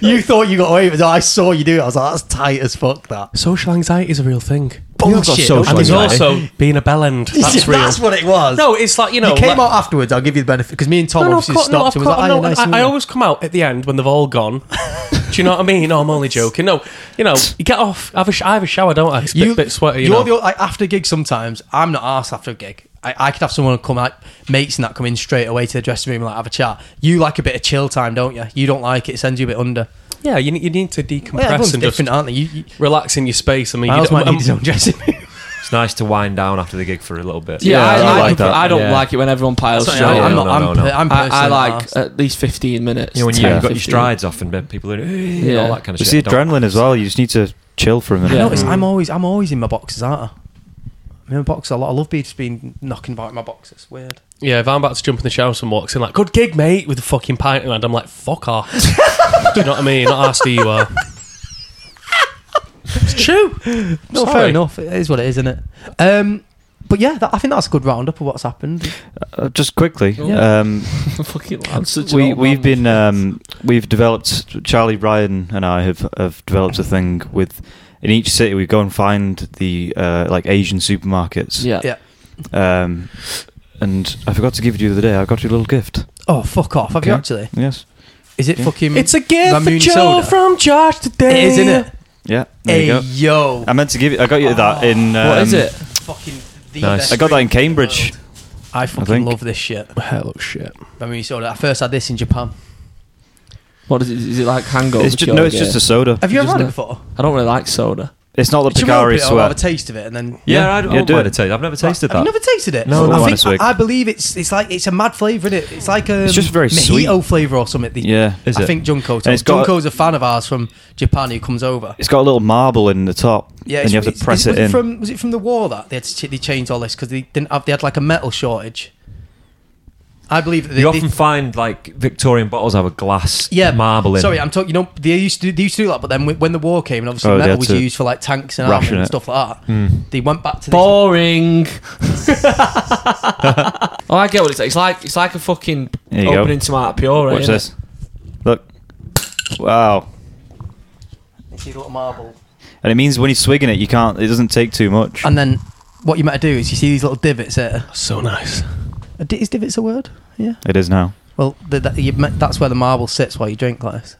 [SPEAKER 1] you thought you got away with it. I saw you do it. I was like, "That's tight as fuck." That
[SPEAKER 3] social anxiety is a real thing.
[SPEAKER 1] bullshit.
[SPEAKER 5] social
[SPEAKER 3] And there's
[SPEAKER 5] anxiety.
[SPEAKER 3] also being a bell end.
[SPEAKER 1] That's,
[SPEAKER 3] That's real.
[SPEAKER 1] what it was.
[SPEAKER 3] No, it's like you know.
[SPEAKER 1] you came
[SPEAKER 3] like-
[SPEAKER 1] out afterwards. I'll give you the benefit because me and Tom
[SPEAKER 3] No, no, of
[SPEAKER 1] obviously
[SPEAKER 3] course, no,
[SPEAKER 1] stopped.
[SPEAKER 3] of
[SPEAKER 1] It was
[SPEAKER 3] course,
[SPEAKER 1] like, "Oh,
[SPEAKER 3] no,
[SPEAKER 1] nice
[SPEAKER 3] I-
[SPEAKER 1] meeting
[SPEAKER 3] I
[SPEAKER 1] you."
[SPEAKER 3] always come out at the end when they've all gone. Do you know what I mean? No, I'm only joking. No, you know, you get off. Have a sh- I have a shower, don't I? It's a bit, bit sweaty. You
[SPEAKER 1] are
[SPEAKER 3] know.
[SPEAKER 1] the like, after gigs. Sometimes I'm not asked after a gig. I, I could have someone come like mates and that come in straight away to the dressing room and like have a chat. You like a bit of chill time, don't you? You don't like it. It sends you a bit under.
[SPEAKER 3] yeah, you, need- you need to
[SPEAKER 1] Well,
[SPEAKER 3] decompress
[SPEAKER 1] everyone's
[SPEAKER 3] and just
[SPEAKER 1] different, aren't they? You, you,
[SPEAKER 3] relax in your space. I mean, you
[SPEAKER 1] Miles
[SPEAKER 3] don't-
[SPEAKER 1] might
[SPEAKER 3] um,
[SPEAKER 1] need his own dressing room.
[SPEAKER 5] It's nice to wind down after the gig for a little bit.
[SPEAKER 2] Yeah, I,
[SPEAKER 4] I
[SPEAKER 2] I,
[SPEAKER 4] like that.
[SPEAKER 2] I don't
[SPEAKER 5] Yeah.
[SPEAKER 2] like it when everyone piles
[SPEAKER 5] That's
[SPEAKER 2] straight.
[SPEAKER 5] what I
[SPEAKER 1] I'm
[SPEAKER 5] mean. no,
[SPEAKER 1] not.
[SPEAKER 5] no,
[SPEAKER 1] I'm,
[SPEAKER 5] no.
[SPEAKER 1] per- I'm
[SPEAKER 2] I, I
[SPEAKER 1] personally
[SPEAKER 2] like uh,
[SPEAKER 1] arsed.
[SPEAKER 2] at least 15 minutes.
[SPEAKER 5] You know, when you,
[SPEAKER 4] Yeah.
[SPEAKER 5] you've got your
[SPEAKER 2] 15.
[SPEAKER 5] strides off and then people are doing, yeah.
[SPEAKER 2] Yeah.
[SPEAKER 5] all that kind of
[SPEAKER 4] it's the
[SPEAKER 5] shit. Don't-
[SPEAKER 4] adrenaline as well. You just need to chill for a minute.
[SPEAKER 1] I
[SPEAKER 2] Yeah.
[SPEAKER 1] notice I'm always. I'm always in my boxes, aren't I? I'm in my boxes a lot. I love being just being knocking about in my boxes. It's weird.
[SPEAKER 3] Yeah, if I'm about to jump in the shower, someone walks in like, "Good gig, mate," with a fucking pint in hand. I'm like, "Fuck off." Do you know what I mean? Not asked who you are. It's true.
[SPEAKER 1] No, fair
[SPEAKER 3] Sorry.
[SPEAKER 1] enough. It is what it is, isn't it? Um, but yeah, that, I think that's a good roundup of what's happened.
[SPEAKER 4] Uh, just quickly,
[SPEAKER 2] Yeah.
[SPEAKER 4] um,
[SPEAKER 2] fucking I'm such an
[SPEAKER 4] we
[SPEAKER 2] old
[SPEAKER 4] we've
[SPEAKER 2] man.
[SPEAKER 4] been um, we've developed Charlie Ryan and I have have developed a thing with in each city we go and find the uh, like Asian supermarkets.
[SPEAKER 2] yeah.
[SPEAKER 1] Yeah.
[SPEAKER 4] Um, and I forgot to give you the other day. I got you a little gift.
[SPEAKER 1] Oh fuck off! Have you
[SPEAKER 4] Okay.
[SPEAKER 1] actually?
[SPEAKER 4] Yes.
[SPEAKER 1] Is it
[SPEAKER 4] Yeah.
[SPEAKER 1] fucking?
[SPEAKER 3] It's a gift for
[SPEAKER 1] Ramune
[SPEAKER 3] Joe
[SPEAKER 1] soda.
[SPEAKER 3] from Josh
[SPEAKER 1] It
[SPEAKER 3] today.
[SPEAKER 1] is, isn't it?
[SPEAKER 4] Yeah. There
[SPEAKER 1] Hey
[SPEAKER 4] you go.
[SPEAKER 1] yo,
[SPEAKER 4] I meant to give you. I got you that in. Um,
[SPEAKER 2] What is it?
[SPEAKER 1] fucking the
[SPEAKER 5] Nice.
[SPEAKER 1] best
[SPEAKER 4] I got that in
[SPEAKER 1] drink the
[SPEAKER 4] Cambridge.
[SPEAKER 1] world. I fucking
[SPEAKER 4] think.
[SPEAKER 1] love this shit.
[SPEAKER 3] That looks shit.
[SPEAKER 1] I mean, you saw that. I first had this in Japan.
[SPEAKER 2] What is it? Is it like hangover?
[SPEAKER 4] It's just, no, it's
[SPEAKER 2] cure
[SPEAKER 4] just
[SPEAKER 2] gear?
[SPEAKER 4] a soda.
[SPEAKER 1] Have you ever
[SPEAKER 2] Just
[SPEAKER 1] had it
[SPEAKER 2] no-
[SPEAKER 1] before?
[SPEAKER 2] I don't really like soda.
[SPEAKER 4] It's not the
[SPEAKER 1] Should we open
[SPEAKER 4] Picari
[SPEAKER 1] it or have a
[SPEAKER 4] sweat.
[SPEAKER 1] taste of it and then.
[SPEAKER 4] Yeah,
[SPEAKER 5] Yeah, I don't
[SPEAKER 4] yeah, do
[SPEAKER 5] mind
[SPEAKER 4] it.
[SPEAKER 5] a taste. I've never tasted
[SPEAKER 1] I've
[SPEAKER 5] that.
[SPEAKER 1] never tasted it.
[SPEAKER 4] No, no.
[SPEAKER 1] I, think,
[SPEAKER 4] Honestly.
[SPEAKER 1] I believe it's it's like it's a mad flavour, is it? It's like a
[SPEAKER 4] It's just very sweet.
[SPEAKER 1] mojito flavour or something. The-
[SPEAKER 4] Yeah.
[SPEAKER 5] Is
[SPEAKER 1] I
[SPEAKER 5] it?
[SPEAKER 1] think Junko.
[SPEAKER 4] And
[SPEAKER 1] Told.
[SPEAKER 4] it's got-
[SPEAKER 1] Junko's a fan of ours from Japan who comes over.
[SPEAKER 4] It's got a little marble in the top,
[SPEAKER 1] Yeah,
[SPEAKER 4] and
[SPEAKER 1] it's-
[SPEAKER 4] you have
[SPEAKER 1] it's-
[SPEAKER 4] to press
[SPEAKER 1] was
[SPEAKER 4] it in.
[SPEAKER 1] From, was it from the war that they had to ch- they changed all this because they didn't have they had like a metal shortage. I believe that they,
[SPEAKER 5] You
[SPEAKER 1] they-
[SPEAKER 5] often find like Victorian bottles have a glass
[SPEAKER 1] yeah
[SPEAKER 5] marble in.
[SPEAKER 1] Sorry, I'm talking. You know, they used to they used to do that, but then when- when the war came and obviously
[SPEAKER 4] Oh, they
[SPEAKER 1] metal
[SPEAKER 4] had
[SPEAKER 1] was
[SPEAKER 4] to
[SPEAKER 1] used for like tanks and armor
[SPEAKER 4] ration
[SPEAKER 1] and
[SPEAKER 4] it. Hmm.
[SPEAKER 1] stuff like that, they went back to this.
[SPEAKER 2] Boring. oh, I get what it's like. It's like it's like a fucking
[SPEAKER 4] There you go.
[SPEAKER 2] opening tomato puree.
[SPEAKER 4] Watch
[SPEAKER 2] innit?
[SPEAKER 4] this. Look. Wow.
[SPEAKER 1] it's these little marble.
[SPEAKER 4] And it means when you're swigging it, you can't. It doesn't take too much.
[SPEAKER 1] And then what you might do is you see these little divots. Here.
[SPEAKER 3] So nice.
[SPEAKER 1] A di- Is divots a word? Yeah.
[SPEAKER 4] It is now.
[SPEAKER 1] Well, the, that you, me- that's where the marble sits while you drink like this.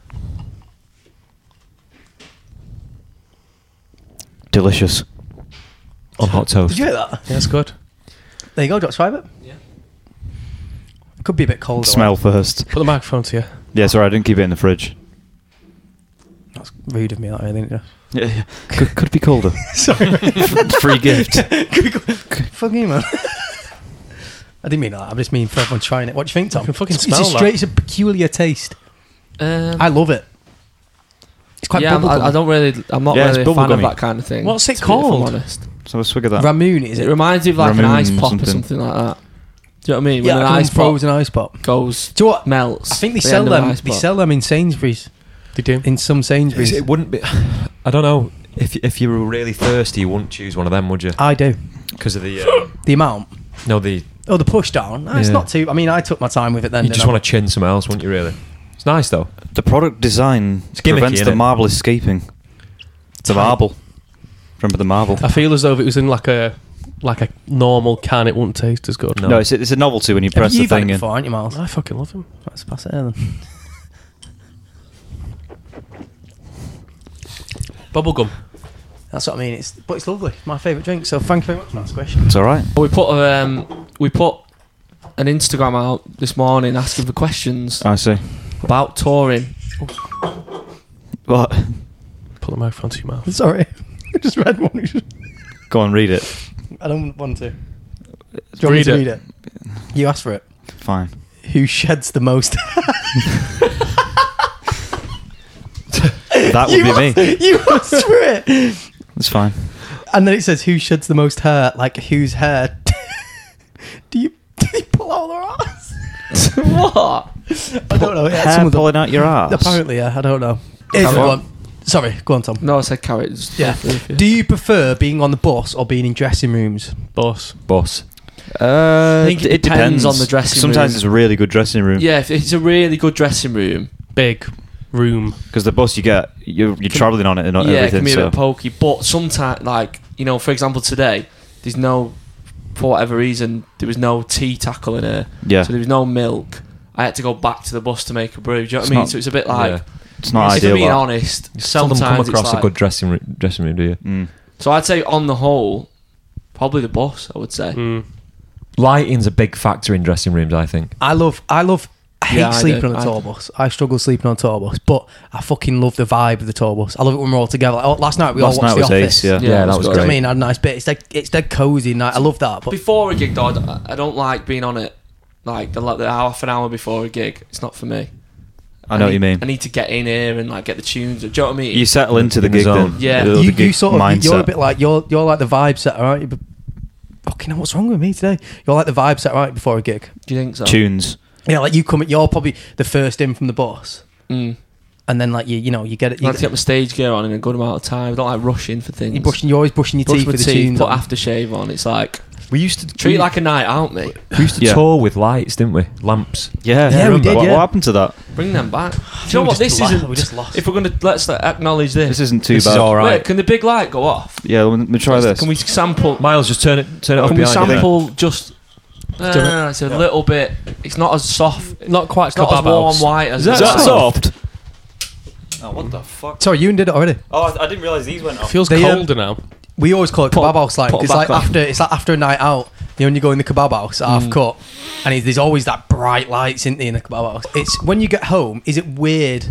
[SPEAKER 4] Delicious.
[SPEAKER 5] On hot toast.
[SPEAKER 1] Did you hear that?
[SPEAKER 3] Yeah, it's good.
[SPEAKER 1] There you go. Do you want to try it? Yeah. It could be a bit cold.
[SPEAKER 4] Smell first.
[SPEAKER 3] Put the microphone to you.
[SPEAKER 4] Yeah, sorry, I didn't keep it in the fridge.
[SPEAKER 1] That's rude of me, that really. isn't it?
[SPEAKER 4] could, could it be colder?
[SPEAKER 1] Sorry.
[SPEAKER 4] Free gift.
[SPEAKER 1] Fuck you, man. I didn't mean that. I just mean for everyone trying it. What do you think, Tom?
[SPEAKER 3] can fucking
[SPEAKER 1] it's,
[SPEAKER 3] smell
[SPEAKER 1] it's a straight. It's
[SPEAKER 3] that.
[SPEAKER 1] a peculiar taste.
[SPEAKER 2] Um,
[SPEAKER 1] I love it. It's quite
[SPEAKER 2] yeah, I'm-
[SPEAKER 1] bubblegum.
[SPEAKER 2] I, I don't really. I'm not
[SPEAKER 4] Yeah, it's
[SPEAKER 2] really a fan
[SPEAKER 4] bubblegummy.
[SPEAKER 2] of that kind of thing.
[SPEAKER 3] What's it
[SPEAKER 2] to be- if I'm
[SPEAKER 3] called?
[SPEAKER 2] honest.
[SPEAKER 4] So a swig of that.
[SPEAKER 1] Ramoon is
[SPEAKER 2] It
[SPEAKER 1] it?
[SPEAKER 2] reminds you of like
[SPEAKER 4] Ramoon
[SPEAKER 2] an ice pop
[SPEAKER 4] something.
[SPEAKER 2] or something like that. Do you know what I mean?
[SPEAKER 1] Yeah,
[SPEAKER 2] when
[SPEAKER 1] like
[SPEAKER 2] an
[SPEAKER 1] an
[SPEAKER 2] ice pop
[SPEAKER 1] frozen ice pop.
[SPEAKER 2] goes
[SPEAKER 1] Do you know what?
[SPEAKER 2] melts.
[SPEAKER 1] I think they
[SPEAKER 2] at the
[SPEAKER 1] sell
[SPEAKER 2] end of an
[SPEAKER 1] them.
[SPEAKER 2] ice
[SPEAKER 1] They
[SPEAKER 2] pop.
[SPEAKER 1] sell them in Sainsbury's.
[SPEAKER 3] They do.
[SPEAKER 1] In some Sainsbury's.
[SPEAKER 5] It wouldn't be. I don't know. If if you were really thirsty, you wouldn't choose one of them, would you?
[SPEAKER 1] I do.
[SPEAKER 5] Because of the um,
[SPEAKER 1] The amount.
[SPEAKER 5] no, the
[SPEAKER 1] Oh, the push down. No, It's
[SPEAKER 5] Yeah.
[SPEAKER 1] not too. I mean, I took my time with it then.
[SPEAKER 5] you just want to chin somewhere else, wouldn't you? Really, it's nice though.
[SPEAKER 4] The product design
[SPEAKER 5] It's gimmicky,
[SPEAKER 4] prevents the
[SPEAKER 5] innit?
[SPEAKER 4] marble escaping. The marble. Remember the marble?
[SPEAKER 3] I feel as though if it was in like a like a normal can, it wouldn't taste as good.
[SPEAKER 5] No.
[SPEAKER 4] No, it's, a- it's a novelty when you press
[SPEAKER 1] You've
[SPEAKER 4] the
[SPEAKER 1] had it
[SPEAKER 4] thing in.
[SPEAKER 1] before, haven't you, Miles?
[SPEAKER 3] I fucking love him.
[SPEAKER 1] Let's pass it here then.
[SPEAKER 3] Bubblegum.
[SPEAKER 1] That's what I mean. It's but it's lovely. It's my favourite drink. So thank you very much for that question.
[SPEAKER 4] It's all right.
[SPEAKER 2] We put a, um, we put an Instagram out this morning asking for questions
[SPEAKER 4] I see.
[SPEAKER 2] about touring.
[SPEAKER 4] What?
[SPEAKER 3] Put the microphone to your mouth.
[SPEAKER 1] Sorry, I just read one.
[SPEAKER 4] Go on, read it.
[SPEAKER 1] I don't want to. Do you want me
[SPEAKER 3] Read
[SPEAKER 1] to
[SPEAKER 3] it.
[SPEAKER 1] read it? You asked for it.
[SPEAKER 4] Fine.
[SPEAKER 1] Who sheds the most?
[SPEAKER 4] That would
[SPEAKER 1] you,
[SPEAKER 4] be me.
[SPEAKER 1] asked, you asked for it,
[SPEAKER 4] It's fine.
[SPEAKER 1] and then it says who sheds the most hair. Like whose hair? do you do you pull out their ass?
[SPEAKER 2] what?
[SPEAKER 1] I don't know. Yeah,
[SPEAKER 4] Hair
[SPEAKER 1] someone-
[SPEAKER 4] pulling out your ass.
[SPEAKER 1] apparently, yeah. I don't know. Here's
[SPEAKER 2] Come
[SPEAKER 1] the
[SPEAKER 2] on.
[SPEAKER 1] one. Sorry, go on, Tom.
[SPEAKER 2] No, I said carrots.
[SPEAKER 1] Yeah. Do you prefer being on the bus or being in dressing rooms?
[SPEAKER 3] Boss.
[SPEAKER 5] Boss.
[SPEAKER 4] Uh,
[SPEAKER 2] I think it depends on the dressing
[SPEAKER 4] Sometimes
[SPEAKER 2] room.
[SPEAKER 4] it's a really good dressing room.
[SPEAKER 2] Yeah, if it's a really good dressing room.
[SPEAKER 3] Big room.
[SPEAKER 4] Because the bus you get, you're, you're traveling on it and not
[SPEAKER 2] yeah, it
[SPEAKER 4] everything.
[SPEAKER 2] can be a
[SPEAKER 4] so.
[SPEAKER 2] bit pokey. But sometimes, like you know, for example, today there's no, for whatever reason, there was no tea tackle in here,
[SPEAKER 4] yeah,
[SPEAKER 2] so there was no milk. I had to go back to the bus to make a brew. Do you know what I
[SPEAKER 4] It's
[SPEAKER 2] mean?
[SPEAKER 4] not-
[SPEAKER 2] So it's a bit like,
[SPEAKER 5] Yeah.
[SPEAKER 4] it's not
[SPEAKER 2] if I'm
[SPEAKER 4] ideal.
[SPEAKER 2] being
[SPEAKER 4] that.
[SPEAKER 2] honest,
[SPEAKER 5] You seldom come
[SPEAKER 2] sometimes it's
[SPEAKER 5] across a
[SPEAKER 2] like-
[SPEAKER 5] good dressing room, dressing room, do you?
[SPEAKER 4] Mm.
[SPEAKER 2] So I'd say on the whole, probably the bus. I would say.
[SPEAKER 3] Mm.
[SPEAKER 5] Lighting's a big factor in dressing rooms, I think.
[SPEAKER 1] I love, I love, I hate
[SPEAKER 2] Yeah, I
[SPEAKER 1] sleeping
[SPEAKER 2] do.
[SPEAKER 1] on a
[SPEAKER 2] I
[SPEAKER 1] tour
[SPEAKER 2] do.
[SPEAKER 1] bus. I struggle sleeping on a tour bus, but I fucking love the vibe of the tour bus. I love it when we're all together. Like, oh, last night we
[SPEAKER 4] Last
[SPEAKER 1] all watched
[SPEAKER 4] night
[SPEAKER 1] The
[SPEAKER 4] was
[SPEAKER 1] Office.
[SPEAKER 4] ace. Yeah,
[SPEAKER 2] Yeah,
[SPEAKER 5] Yeah, that
[SPEAKER 2] that's
[SPEAKER 5] was
[SPEAKER 1] Do
[SPEAKER 2] good.
[SPEAKER 1] you know what
[SPEAKER 5] great.
[SPEAKER 1] I mean, I had a nice bit. It's dead, it's dead cozy night. I love that. But
[SPEAKER 2] Before a gig, though, I d- I don't like being on it. Like the, like the half an hour before a gig, it's not for me.
[SPEAKER 4] I know what
[SPEAKER 2] need-
[SPEAKER 4] you mean.
[SPEAKER 2] I need to get in here and like get the tunes. Do you know what I mean?
[SPEAKER 4] You settle into the
[SPEAKER 5] In the
[SPEAKER 4] gig
[SPEAKER 5] zone.
[SPEAKER 4] then.
[SPEAKER 2] Yeah.
[SPEAKER 4] The- the
[SPEAKER 1] you, you
[SPEAKER 4] gig
[SPEAKER 1] sort of,
[SPEAKER 4] mindset.
[SPEAKER 1] you're a bit like you're, you're like the vibe setter, aren't you? But fucking, hell, what's wrong with me today? You're like the vibe setter, aren't you? Before a gig,
[SPEAKER 2] Do you think so?
[SPEAKER 4] tunes.
[SPEAKER 1] yeah. Like you come, you're probably the first in from the bus,
[SPEAKER 2] Mm.
[SPEAKER 1] and then like you, you know, you get it.
[SPEAKER 2] I
[SPEAKER 1] You,
[SPEAKER 2] like to get my stage gear on in a good amount of time. I don't like rushing for things.
[SPEAKER 1] you're brushing, you're always brushing your
[SPEAKER 2] Brush
[SPEAKER 1] teeth
[SPEAKER 2] my
[SPEAKER 1] with the
[SPEAKER 2] teeth,
[SPEAKER 1] tunes.
[SPEAKER 2] put
[SPEAKER 1] on.
[SPEAKER 2] aftershave on. It's like
[SPEAKER 5] We used to
[SPEAKER 2] treat it like a night out, mate.
[SPEAKER 5] we used to
[SPEAKER 4] Yeah.
[SPEAKER 5] tour with lights, didn't we? Lamps.
[SPEAKER 1] Yeah,
[SPEAKER 4] Yeah,
[SPEAKER 1] we
[SPEAKER 4] remember.
[SPEAKER 1] did,
[SPEAKER 4] What,
[SPEAKER 1] yeah.
[SPEAKER 4] what happened to that?
[SPEAKER 2] Bring them back. Do you know
[SPEAKER 1] we
[SPEAKER 2] what?
[SPEAKER 1] just
[SPEAKER 2] This
[SPEAKER 1] lost-
[SPEAKER 2] isn't.
[SPEAKER 1] we just lost.
[SPEAKER 2] If we're gonna let's like, acknowledge this.
[SPEAKER 4] This isn't too
[SPEAKER 5] this
[SPEAKER 4] bad.
[SPEAKER 5] is all
[SPEAKER 2] Wait,
[SPEAKER 5] right.
[SPEAKER 2] can the big light go off?
[SPEAKER 4] Yeah, let me, let me try this.
[SPEAKER 2] Can we sample?
[SPEAKER 5] Miles, just turn it turn it off
[SPEAKER 2] Can we
[SPEAKER 5] behind you.
[SPEAKER 2] sample just? No,
[SPEAKER 1] do
[SPEAKER 2] no,
[SPEAKER 1] it.
[SPEAKER 2] no, it's a little bit. It's not as soft.
[SPEAKER 3] Not quite
[SPEAKER 2] It's not as
[SPEAKER 3] kebab
[SPEAKER 2] warm
[SPEAKER 3] house.
[SPEAKER 2] white as.
[SPEAKER 4] Is that
[SPEAKER 2] as-
[SPEAKER 4] soft? Oh, what the fuck?
[SPEAKER 1] Sorry, you did it already.
[SPEAKER 4] Oh, I, I didn't realize these went off.
[SPEAKER 3] Feels
[SPEAKER 1] They, um,
[SPEAKER 3] colder now.
[SPEAKER 1] We always call it
[SPEAKER 2] Put-
[SPEAKER 1] kebab house like
[SPEAKER 2] put
[SPEAKER 1] it's
[SPEAKER 2] back
[SPEAKER 1] like
[SPEAKER 2] on. Mm.
[SPEAKER 1] after it's like after a night out. You know, when you go in the kebab house at half cut, and it, there's always that bright lights in the in the kebab house. It's when you get home. Is it weird?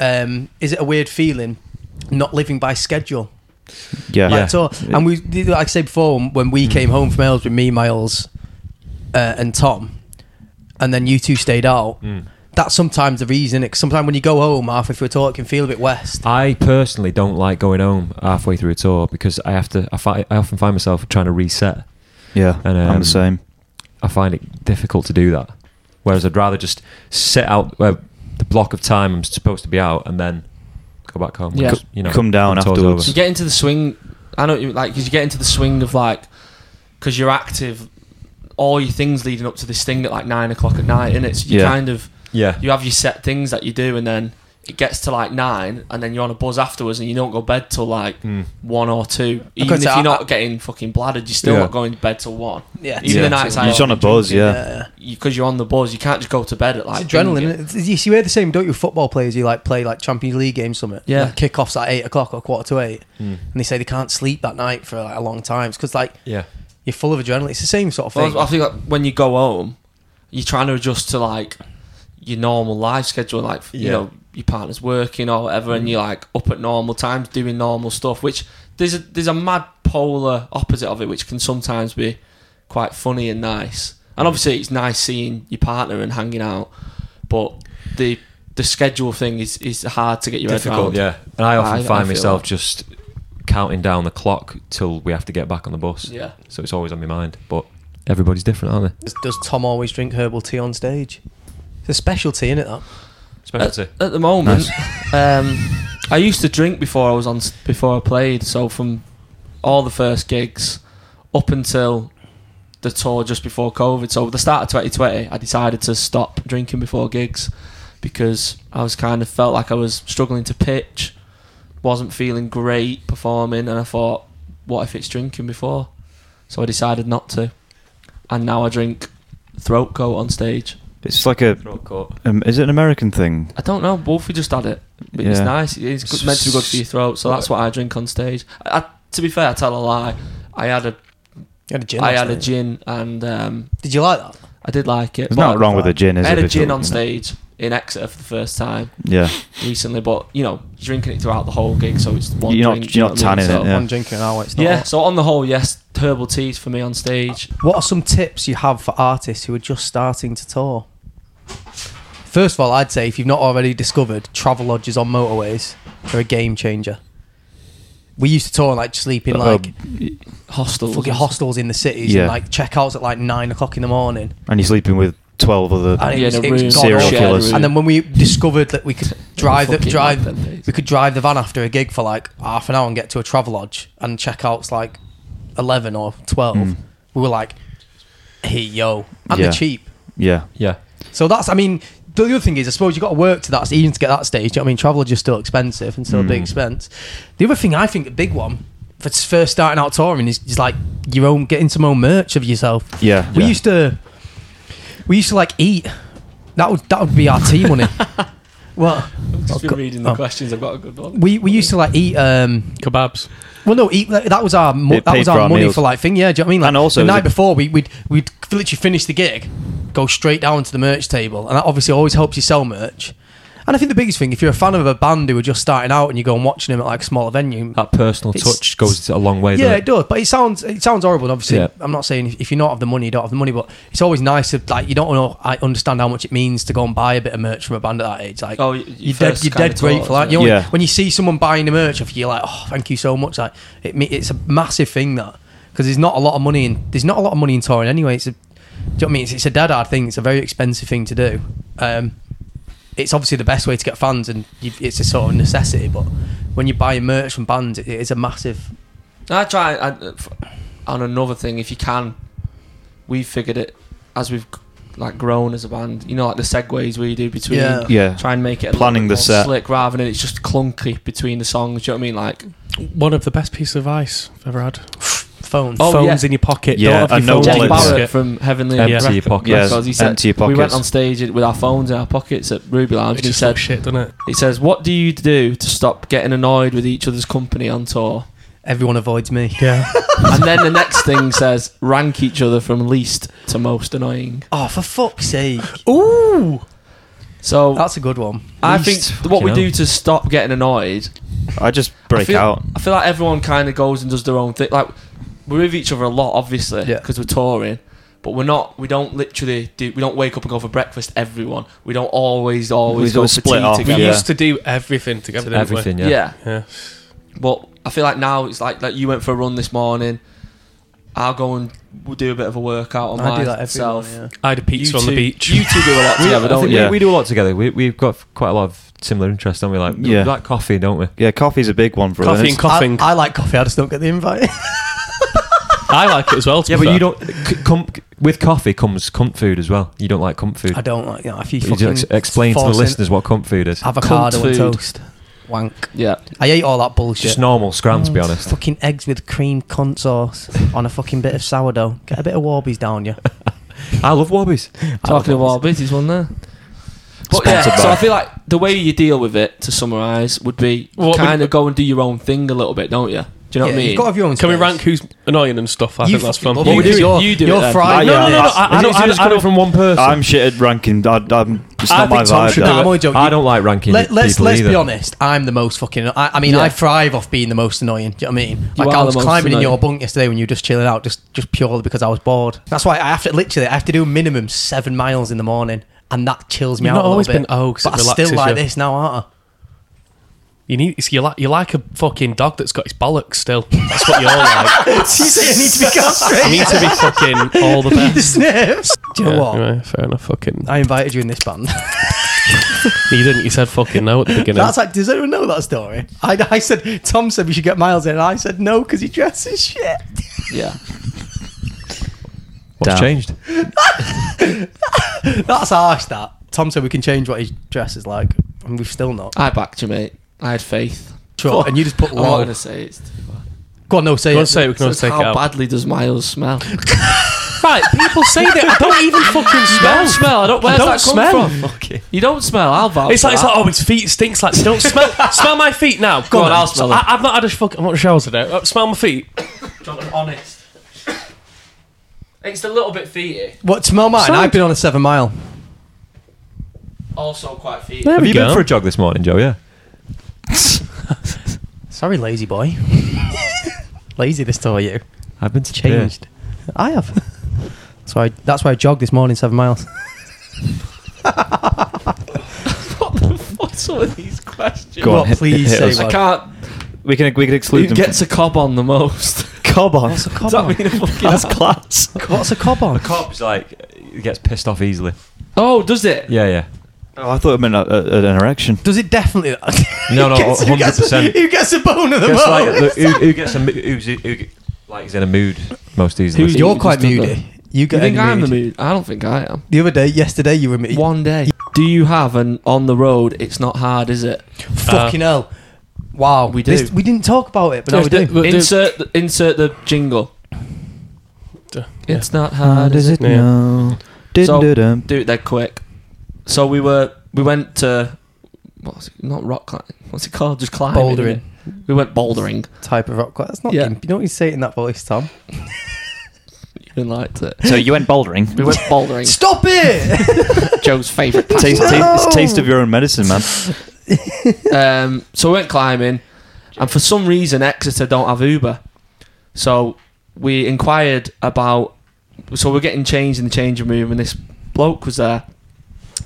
[SPEAKER 1] Um, is it a weird feeling not living by schedule?
[SPEAKER 4] Yeah.
[SPEAKER 1] Like, so- and we, like I said before, when we came home from Aylesbury, me, Miles, uh, and Tom, and then you two stayed out.
[SPEAKER 2] Hmm.
[SPEAKER 1] That's sometimes the reason. It, sometimes when you go home halfway through a tour, it can feel a bit west.
[SPEAKER 8] I personally don't like going home halfway through a tour because I have to. I, fi- I often find myself trying to reset.
[SPEAKER 4] yeah.
[SPEAKER 8] And,
[SPEAKER 4] I'm
[SPEAKER 8] um,
[SPEAKER 4] the same.
[SPEAKER 8] I find it difficult to do that. Whereas I'd rather just sit out uh, the block of time I'm supposed to be out and then go back home.
[SPEAKER 2] Yeah.
[SPEAKER 8] Because, you know,
[SPEAKER 4] Come down
[SPEAKER 8] the tour's
[SPEAKER 4] afterwards.
[SPEAKER 2] You
[SPEAKER 8] over.
[SPEAKER 2] get into the swing. I know, what you- like, because you get into the swing of like, because you're active, all your things leading up to this thing at like nine o'clock at night, and it's you
[SPEAKER 4] Yeah.
[SPEAKER 2] kind of
[SPEAKER 8] Yeah.
[SPEAKER 2] you have your set things that you do, and then it gets to like nine, and then you're on a buzz afterwards, and you don't go bed till like
[SPEAKER 4] Hmm.
[SPEAKER 2] one or two. Even
[SPEAKER 1] Because
[SPEAKER 2] if
[SPEAKER 1] I-
[SPEAKER 2] you're not getting fucking bladdered, you're still
[SPEAKER 8] Yeah.
[SPEAKER 2] not going to bed till one.
[SPEAKER 1] Yeah,
[SPEAKER 2] even the
[SPEAKER 4] yeah.
[SPEAKER 2] nights I
[SPEAKER 4] You're just on a buzz, yeah.
[SPEAKER 2] because you're on the buzz, you can't just go to bed at like
[SPEAKER 1] It's adrenaline. innit? It's- You see, we're the same, don't you? Football players, you like play like Champions League games, something.
[SPEAKER 2] Yeah.
[SPEAKER 1] Like, kickoffs at eight o'clock or quarter to eight,
[SPEAKER 2] Hmm.
[SPEAKER 1] and they say they can't sleep that night for like a long time. It's because like
[SPEAKER 8] Yeah.
[SPEAKER 1] you're full of adrenaline. It's the same sort of thing.
[SPEAKER 2] Well, I think like, when you go home, you're trying to adjust to like your normal life schedule, like you
[SPEAKER 8] Yeah.
[SPEAKER 2] know your partner's working or whatever, and you're like up at normal times doing normal stuff. Which there's a there's a mad polar opposite of it, which can sometimes be quite funny and nice. And obviously, it's nice seeing your partner and hanging out, but the the schedule thing is, is hard to get your
[SPEAKER 8] Difficult,
[SPEAKER 2] head
[SPEAKER 8] yeah. And I often
[SPEAKER 2] I- I
[SPEAKER 8] find
[SPEAKER 2] feel
[SPEAKER 8] myself
[SPEAKER 2] that.
[SPEAKER 8] just counting down the clock till we have to get back on the bus.
[SPEAKER 2] Yeah.
[SPEAKER 8] So it's always on my mind. But everybody's different, aren't they?
[SPEAKER 1] Does, does Tom always drink herbal tea on stage? It's a specialty, isn't it? That
[SPEAKER 8] Specialty.
[SPEAKER 2] At, at the moment, um, I used to drink before I was on s- before I played. So from all the first gigs up until the tour just before COVID. So at the start of 2020, I decided to stop drinking before gigs because I was kind of felt like I was struggling to pitch, wasn't feeling great performing, and I thought, what if it's drinking before? So I decided not to, and now I drink throat coat on stage.
[SPEAKER 4] It's like a. Um, is it an American thing?
[SPEAKER 2] I don't know. Wolfie just had it. But It's
[SPEAKER 4] Yeah.
[SPEAKER 2] nice. It's good, meant to be good for your throat, so that's what I drink on stage. I, I- to be fair, I tell a lie. I had a
[SPEAKER 1] you had a gin.
[SPEAKER 2] I
[SPEAKER 1] last
[SPEAKER 2] had a
[SPEAKER 1] night.
[SPEAKER 2] gin, and um,
[SPEAKER 1] Did you like that?
[SPEAKER 2] I did like it.
[SPEAKER 4] There's
[SPEAKER 2] but
[SPEAKER 4] nothing wrong with a gin,
[SPEAKER 2] I
[SPEAKER 4] is
[SPEAKER 2] had
[SPEAKER 4] it?
[SPEAKER 2] a
[SPEAKER 4] if you-
[SPEAKER 2] gin on
[SPEAKER 4] you know?
[SPEAKER 2] stage in Exeter for the first time
[SPEAKER 4] Yeah.
[SPEAKER 2] recently, but you know, you're drinking it throughout the whole gig, so it's one
[SPEAKER 4] You're not-
[SPEAKER 2] drink. do
[SPEAKER 4] you're
[SPEAKER 2] you
[SPEAKER 4] not
[SPEAKER 2] know what I mean?
[SPEAKER 4] tanning it,
[SPEAKER 2] So-
[SPEAKER 4] Yeah.
[SPEAKER 1] One drink an hour. It's not
[SPEAKER 2] Yeah,
[SPEAKER 1] hot.
[SPEAKER 2] so on the whole, yes, herbal teas for me on stage.
[SPEAKER 1] What are some tips you have for artists who are just starting to tour? First of all, I'd say if you've not already discovered, travel lodges on motorways are a game changer. We used to tour and like sleep in
[SPEAKER 4] Uh,
[SPEAKER 1] like
[SPEAKER 2] Hostels.
[SPEAKER 1] fucking hostels in the cities
[SPEAKER 4] Yeah.
[SPEAKER 1] and like checkouts at like nine o'clock in the morning.
[SPEAKER 4] And you're sleeping with 12 other.
[SPEAKER 1] And it
[SPEAKER 2] Yeah,
[SPEAKER 1] was,
[SPEAKER 2] in a
[SPEAKER 1] it was
[SPEAKER 2] room,
[SPEAKER 1] god
[SPEAKER 4] Serial
[SPEAKER 1] awful.
[SPEAKER 4] killers.
[SPEAKER 1] And then when we discovered that we could drive the
[SPEAKER 2] Fucking
[SPEAKER 1] drive
[SPEAKER 2] love them days.
[SPEAKER 1] we could drive the van after a gig for like half an hour and get to a travel lodge and checkouts like eleven or twelve, we were like, Hey yo. And
[SPEAKER 4] Hmm. Yeah.
[SPEAKER 1] they're cheap.
[SPEAKER 4] Yeah.
[SPEAKER 8] Yeah.
[SPEAKER 1] So that's, I mean, the other thing is, I suppose you've got to work to that, it's even to get that stage. You know what I mean, travel are just still expensive and still a
[SPEAKER 4] Mm.
[SPEAKER 1] big expense. The other thing I think, the big one for first starting out touring is, is like your own, getting some own merch of yourself.
[SPEAKER 4] Yeah.
[SPEAKER 1] We
[SPEAKER 4] yeah.
[SPEAKER 1] used to, we used to like eat. That would that would be our tea money. well,
[SPEAKER 2] Just been
[SPEAKER 1] co-
[SPEAKER 2] reading the
[SPEAKER 1] oh.
[SPEAKER 2] questions. I've got a good one.
[SPEAKER 1] we we used to like eat. um
[SPEAKER 3] Kebabs.
[SPEAKER 1] well, no, eat, that was our mo-
[SPEAKER 4] It
[SPEAKER 1] that
[SPEAKER 4] paid
[SPEAKER 1] was
[SPEAKER 4] for
[SPEAKER 1] our,
[SPEAKER 4] our
[SPEAKER 1] money
[SPEAKER 4] meals.
[SPEAKER 1] for like thing. Yeah, do you know what I mean? Like,
[SPEAKER 4] And also it
[SPEAKER 1] the
[SPEAKER 4] was
[SPEAKER 1] night
[SPEAKER 4] a-
[SPEAKER 1] before, we, we'd we'd literally finish the gig, go straight down to the merch table, and that obviously always helps you sell merch. And I think the biggest thing, if you're a fan of a band who are just starting out and you go and watching them at like a smaller venue,
[SPEAKER 8] That personal
[SPEAKER 1] It's-
[SPEAKER 8] touch goes a long way.
[SPEAKER 1] yeah,
[SPEAKER 8] doesn't
[SPEAKER 1] it does. But it sounds it sounds horrible. and Obviously,
[SPEAKER 8] Yeah.
[SPEAKER 1] I'm not saying if, if you're not of the money, you don't have the money. But it's always nice to like you don't know. I understand how much it means to go and buy a bit of merch from a band at that age. Like,
[SPEAKER 2] Oh, y-
[SPEAKER 1] you're
[SPEAKER 2] your
[SPEAKER 1] dead,
[SPEAKER 2] first
[SPEAKER 1] you're
[SPEAKER 2] kind
[SPEAKER 1] dead
[SPEAKER 2] of
[SPEAKER 1] grateful.
[SPEAKER 2] tour,
[SPEAKER 1] Like,
[SPEAKER 2] isn't
[SPEAKER 1] you know,
[SPEAKER 4] it?
[SPEAKER 1] when-
[SPEAKER 4] Yeah.
[SPEAKER 1] when you see someone buying the merch off you, you're like, oh, thank you so much. Like, it me- it's a massive thing that because there's not a lot of money in there's not a lot of money in touring anyway. It's a, do you know what I mean? It's, it's a dead hard thing. It's a very expensive thing to do. Um, it's obviously the best way to get fans, and you, it's a sort of necessity. But when you're buying merch from bands, it, it is a massive.
[SPEAKER 2] I try I, f- on another thing. If you can, we've figured it as we've like grown as a band. You know, like the segues we do between.
[SPEAKER 1] Yeah.
[SPEAKER 4] Yeah.
[SPEAKER 2] Try and make it a
[SPEAKER 4] Planning
[SPEAKER 2] little bit
[SPEAKER 4] the
[SPEAKER 2] more
[SPEAKER 4] set.
[SPEAKER 2] slick rather than it's just clunky between the songs. Do you know what I mean? Like,
[SPEAKER 3] One of the best pieces of ice I've ever had.
[SPEAKER 1] Phone.
[SPEAKER 2] Oh,
[SPEAKER 3] phones
[SPEAKER 2] yeah.
[SPEAKER 3] in your pocket.
[SPEAKER 4] Yeah,
[SPEAKER 3] don't have
[SPEAKER 4] and no
[SPEAKER 3] your phone in your
[SPEAKER 2] Jack
[SPEAKER 4] wallets.
[SPEAKER 3] pocket.
[SPEAKER 2] Barrett from Heavenly
[SPEAKER 8] it? Empty
[SPEAKER 2] Records,
[SPEAKER 8] your pockets.
[SPEAKER 4] Yeah.
[SPEAKER 2] he said
[SPEAKER 4] empty your
[SPEAKER 2] we went
[SPEAKER 4] pockets.
[SPEAKER 2] on stage with our phones in our pockets at Ruby Lounge,
[SPEAKER 3] It
[SPEAKER 2] and he
[SPEAKER 3] just
[SPEAKER 2] said,
[SPEAKER 3] looks shit, doesn't it?
[SPEAKER 2] "He says, what do you do to stop getting annoyed with each other's company on tour?"
[SPEAKER 1] Everyone avoids me.
[SPEAKER 3] Yeah.
[SPEAKER 2] and then the next thing says, "Rank each other from least to most annoying."
[SPEAKER 1] Oh, for fuck's sake.
[SPEAKER 3] Ooh.
[SPEAKER 2] So
[SPEAKER 1] That's a good one.
[SPEAKER 2] I
[SPEAKER 8] Least
[SPEAKER 2] think what we
[SPEAKER 8] fucking
[SPEAKER 2] do to stop getting annoyed
[SPEAKER 4] I just break
[SPEAKER 2] I feel,
[SPEAKER 4] out.
[SPEAKER 2] I feel like everyone kind of goes and does their own thing. Like we're with each other a lot, obviously,
[SPEAKER 1] Yeah.
[SPEAKER 2] because we're touring. But we're not. We don't literally do. We don't wake up and go for breakfast. Everyone. We don't always always
[SPEAKER 4] We
[SPEAKER 2] go
[SPEAKER 4] don't
[SPEAKER 2] for
[SPEAKER 4] split
[SPEAKER 2] tea
[SPEAKER 4] off,
[SPEAKER 3] We
[SPEAKER 2] together.
[SPEAKER 4] yeah.
[SPEAKER 3] used to do everything together. didn't we?
[SPEAKER 8] Everything, yeah.
[SPEAKER 2] Yeah.
[SPEAKER 3] Yeah.
[SPEAKER 2] But I feel like now it's like like you went for a run this morning. I'll go and we'll do a bit of a workout on
[SPEAKER 1] I do that every
[SPEAKER 2] myself.
[SPEAKER 1] morning, yeah.
[SPEAKER 3] I had a pizza
[SPEAKER 2] You
[SPEAKER 3] on the
[SPEAKER 2] two-
[SPEAKER 3] beach.
[SPEAKER 2] You two do a lot
[SPEAKER 8] Oh, Yeah,
[SPEAKER 2] together,
[SPEAKER 8] but
[SPEAKER 2] don't
[SPEAKER 8] don't
[SPEAKER 2] you?
[SPEAKER 8] we,
[SPEAKER 4] Yeah.
[SPEAKER 8] we do a lot together. We, we've got quite a lot of similar interests, don't we? Like,
[SPEAKER 4] Yeah.
[SPEAKER 8] we like coffee, don't we?
[SPEAKER 4] Yeah, coffee's a big one for
[SPEAKER 3] Coffee
[SPEAKER 4] us.
[SPEAKER 3] and coughing. I,
[SPEAKER 1] I, I like coffee. I just don't get the invite.
[SPEAKER 3] like it as well. to
[SPEAKER 8] Yeah,
[SPEAKER 3] be
[SPEAKER 8] but you
[SPEAKER 3] fair.
[SPEAKER 8] don't. c- Com, with coffee comes comp food as well. You don't like comp food.
[SPEAKER 1] I don't like. You know, if you
[SPEAKER 8] Would you ex-
[SPEAKER 1] fucking
[SPEAKER 8] explain to the
[SPEAKER 1] force in
[SPEAKER 8] listeners what comp food is?
[SPEAKER 1] avocado
[SPEAKER 2] Cunt
[SPEAKER 1] and
[SPEAKER 2] food.
[SPEAKER 1] toast. Wank.
[SPEAKER 2] Yeah.
[SPEAKER 1] I ate all that bullshit.
[SPEAKER 8] Just normal scram, to be
[SPEAKER 1] Mm,
[SPEAKER 8] honest.
[SPEAKER 1] Fucking eggs with cream cunt sauce on a fucking bit of sourdough. Get a bit of Warbies down you.
[SPEAKER 8] I love wobbies.
[SPEAKER 2] Talking of Warbies, there's one there. But yeah,
[SPEAKER 4] Sponsored
[SPEAKER 2] so
[SPEAKER 4] by-
[SPEAKER 2] I feel like the way you deal with it, to summarise, would be
[SPEAKER 3] What
[SPEAKER 2] kind
[SPEAKER 3] would-
[SPEAKER 2] of go and do your own thing a little bit, don't you? Do you know what I mean?
[SPEAKER 1] You've got to have your own
[SPEAKER 3] Can we
[SPEAKER 1] space.
[SPEAKER 3] rank who's annoying and stuff? I
[SPEAKER 1] You
[SPEAKER 3] think that's
[SPEAKER 1] fucking
[SPEAKER 3] fun.
[SPEAKER 1] love
[SPEAKER 3] What
[SPEAKER 1] it.
[SPEAKER 3] we do- Ah,
[SPEAKER 2] do it.
[SPEAKER 1] You're-
[SPEAKER 2] You do it
[SPEAKER 1] You're
[SPEAKER 2] then.
[SPEAKER 1] fried.
[SPEAKER 4] No, no,
[SPEAKER 1] aren't
[SPEAKER 4] no,
[SPEAKER 1] you?
[SPEAKER 4] no,
[SPEAKER 3] I- I
[SPEAKER 8] Is
[SPEAKER 3] don't-
[SPEAKER 8] it- is it
[SPEAKER 3] I
[SPEAKER 8] just
[SPEAKER 3] don't- I
[SPEAKER 8] coming
[SPEAKER 3] don't-
[SPEAKER 8] from one person.
[SPEAKER 4] I'm shit at ranking. I, I'm, it's
[SPEAKER 1] I
[SPEAKER 4] not my
[SPEAKER 1] think Tom
[SPEAKER 4] vibe.
[SPEAKER 1] should
[SPEAKER 4] that.
[SPEAKER 1] do it. I'm only joking.
[SPEAKER 8] I don't like ranking
[SPEAKER 1] Let, let's
[SPEAKER 8] people
[SPEAKER 1] let's
[SPEAKER 8] either.
[SPEAKER 1] be honest. I'm the most fucking. I, I mean, I thrive off being the most annoying. Do you know what I mean?
[SPEAKER 2] You
[SPEAKER 1] Like
[SPEAKER 2] are
[SPEAKER 1] I
[SPEAKER 2] the
[SPEAKER 1] was
[SPEAKER 2] most
[SPEAKER 1] climbing in your
[SPEAKER 2] annoying.
[SPEAKER 1] bunk yesterday when you were just chilling out, just just purely because I was bored. That's why I have to literally I have to do minimum seven miles in the morning, and that chills me out.
[SPEAKER 3] You've not
[SPEAKER 1] a little
[SPEAKER 3] always
[SPEAKER 1] bit.
[SPEAKER 3] been- oh, 'cause it
[SPEAKER 1] but I
[SPEAKER 3] relaxes
[SPEAKER 1] still like
[SPEAKER 3] you.
[SPEAKER 1] this now, aren't I?
[SPEAKER 3] You need. it's- You're like, you're like a fucking dog that's got his bollocks still. That's what you're like.
[SPEAKER 1] you say I need to be
[SPEAKER 3] You
[SPEAKER 1] castrated.
[SPEAKER 3] need to be fucking all the best.
[SPEAKER 1] Sniffs. Do you know
[SPEAKER 3] Yeah,
[SPEAKER 1] what?
[SPEAKER 3] yeah, fair enough. Fucking.
[SPEAKER 1] I invited you in this band.
[SPEAKER 3] You didn't. You said fucking no at the beginning.
[SPEAKER 1] That's like, does anyone know that story? I, I said, Tom said we should get Miles in, and I said no because he dresses shit.
[SPEAKER 2] yeah.
[SPEAKER 8] What's
[SPEAKER 4] Damn.
[SPEAKER 8] changed?
[SPEAKER 1] That's harsh, that. Tom said we can change what his dress is like, and we've still not.
[SPEAKER 2] I backed you, mate. I had faith. Oh.
[SPEAKER 1] Sure. And you just put
[SPEAKER 2] I'm not
[SPEAKER 1] lol.
[SPEAKER 2] going to say it's too bad.
[SPEAKER 1] Go on, no, say
[SPEAKER 3] Go
[SPEAKER 1] it.
[SPEAKER 3] on, say it. We can always
[SPEAKER 2] Says,
[SPEAKER 3] take it
[SPEAKER 2] how
[SPEAKER 3] out.
[SPEAKER 2] badly does Miles smell?
[SPEAKER 3] Right, people say that. I don't even fucking smell.
[SPEAKER 2] don't smell. I don't. Where's
[SPEAKER 3] don't
[SPEAKER 2] that come
[SPEAKER 3] smell.
[SPEAKER 2] from? You don't smell. I'll vouch.
[SPEAKER 3] It's
[SPEAKER 2] for
[SPEAKER 3] like, it's
[SPEAKER 2] that.
[SPEAKER 3] like, oh, his feet stinks. Like, don't smell, smell my feet now. Go
[SPEAKER 2] on,
[SPEAKER 3] on,
[SPEAKER 2] I'll smell
[SPEAKER 3] I,
[SPEAKER 2] them.
[SPEAKER 3] I've not had a fuck. I'm not shower today. Uh, smell my feet. honest.
[SPEAKER 2] It's a little bit feety.
[SPEAKER 1] What, smell mine? I've been on a seven mile.
[SPEAKER 2] Also quite feety.
[SPEAKER 3] There
[SPEAKER 8] Have
[SPEAKER 3] we
[SPEAKER 8] you
[SPEAKER 3] go.
[SPEAKER 8] been for a jog this morning, Joe? Yeah.
[SPEAKER 1] Sorry, lazy boy. lazy this time, you.
[SPEAKER 8] I've been to
[SPEAKER 1] Changed. I have. That's why, I, that's why I jogged this morning seven miles.
[SPEAKER 2] What's all of these questions?
[SPEAKER 4] Go on,
[SPEAKER 1] Well,
[SPEAKER 4] hit-
[SPEAKER 1] please
[SPEAKER 4] hit
[SPEAKER 1] say
[SPEAKER 4] us.
[SPEAKER 1] one.
[SPEAKER 2] I can't.
[SPEAKER 4] We can we can exclude
[SPEAKER 2] Who
[SPEAKER 4] them.
[SPEAKER 2] gets a cob on the most?
[SPEAKER 4] cob on?
[SPEAKER 1] What's a cob
[SPEAKER 2] Does that
[SPEAKER 1] on?
[SPEAKER 2] mean a fucking?
[SPEAKER 4] That's class.
[SPEAKER 1] What's a cob on?
[SPEAKER 8] Cob's like he gets pissed off easily.
[SPEAKER 2] Oh, does it?
[SPEAKER 8] Yeah, yeah.
[SPEAKER 4] Oh, I thought it meant a, a, an erection.
[SPEAKER 1] Does it definitely?
[SPEAKER 8] No, no,
[SPEAKER 1] Who gets- who gets a-
[SPEAKER 8] 100%.
[SPEAKER 1] Who gets a bone of the
[SPEAKER 8] Guess
[SPEAKER 1] most?
[SPEAKER 8] like the- who, who gets a mo- who's, who g- like is in a mood most easily.
[SPEAKER 2] Who's-
[SPEAKER 1] You're
[SPEAKER 2] You
[SPEAKER 1] quite
[SPEAKER 2] just did
[SPEAKER 1] moody. You
[SPEAKER 2] You
[SPEAKER 1] get
[SPEAKER 2] think
[SPEAKER 1] in
[SPEAKER 2] I'm the mood? I don't think I am.
[SPEAKER 1] The other day, yesterday, you were me.
[SPEAKER 2] One day. Do you have an on the road? It's not hard, is it?
[SPEAKER 1] Fucking hell! Wow,
[SPEAKER 2] We
[SPEAKER 1] this-
[SPEAKER 2] do.
[SPEAKER 1] we didn't talk about it, but now we
[SPEAKER 3] There's
[SPEAKER 1] do.
[SPEAKER 3] the-
[SPEAKER 2] insert the, insert the jingle.
[SPEAKER 3] Duh,
[SPEAKER 2] It's not hard, is Uh, it?
[SPEAKER 3] Yeah.
[SPEAKER 4] No.
[SPEAKER 2] So-
[SPEAKER 4] Dun-dun-dun.
[SPEAKER 2] Do it then quick. So we were we went to what's it? Not rock climbing. What's it called? Just climbing.
[SPEAKER 1] Bouldering.
[SPEAKER 2] innit? We went bouldering.
[SPEAKER 1] Type of rock. That's not.
[SPEAKER 2] Yeah.
[SPEAKER 1] gimp. You don't need to say it in that voice, Tom.
[SPEAKER 2] You liked it.
[SPEAKER 4] So you went bouldering.
[SPEAKER 2] We went bouldering.
[SPEAKER 1] Stop it!
[SPEAKER 2] Joe's favourite. time.
[SPEAKER 4] taste, ta- it's taste of your own medicine, man.
[SPEAKER 2] Um, so we went climbing, and for some reason Exeter don't have Uber, so we inquired about. So we're getting changed in the changing room, and this bloke was there,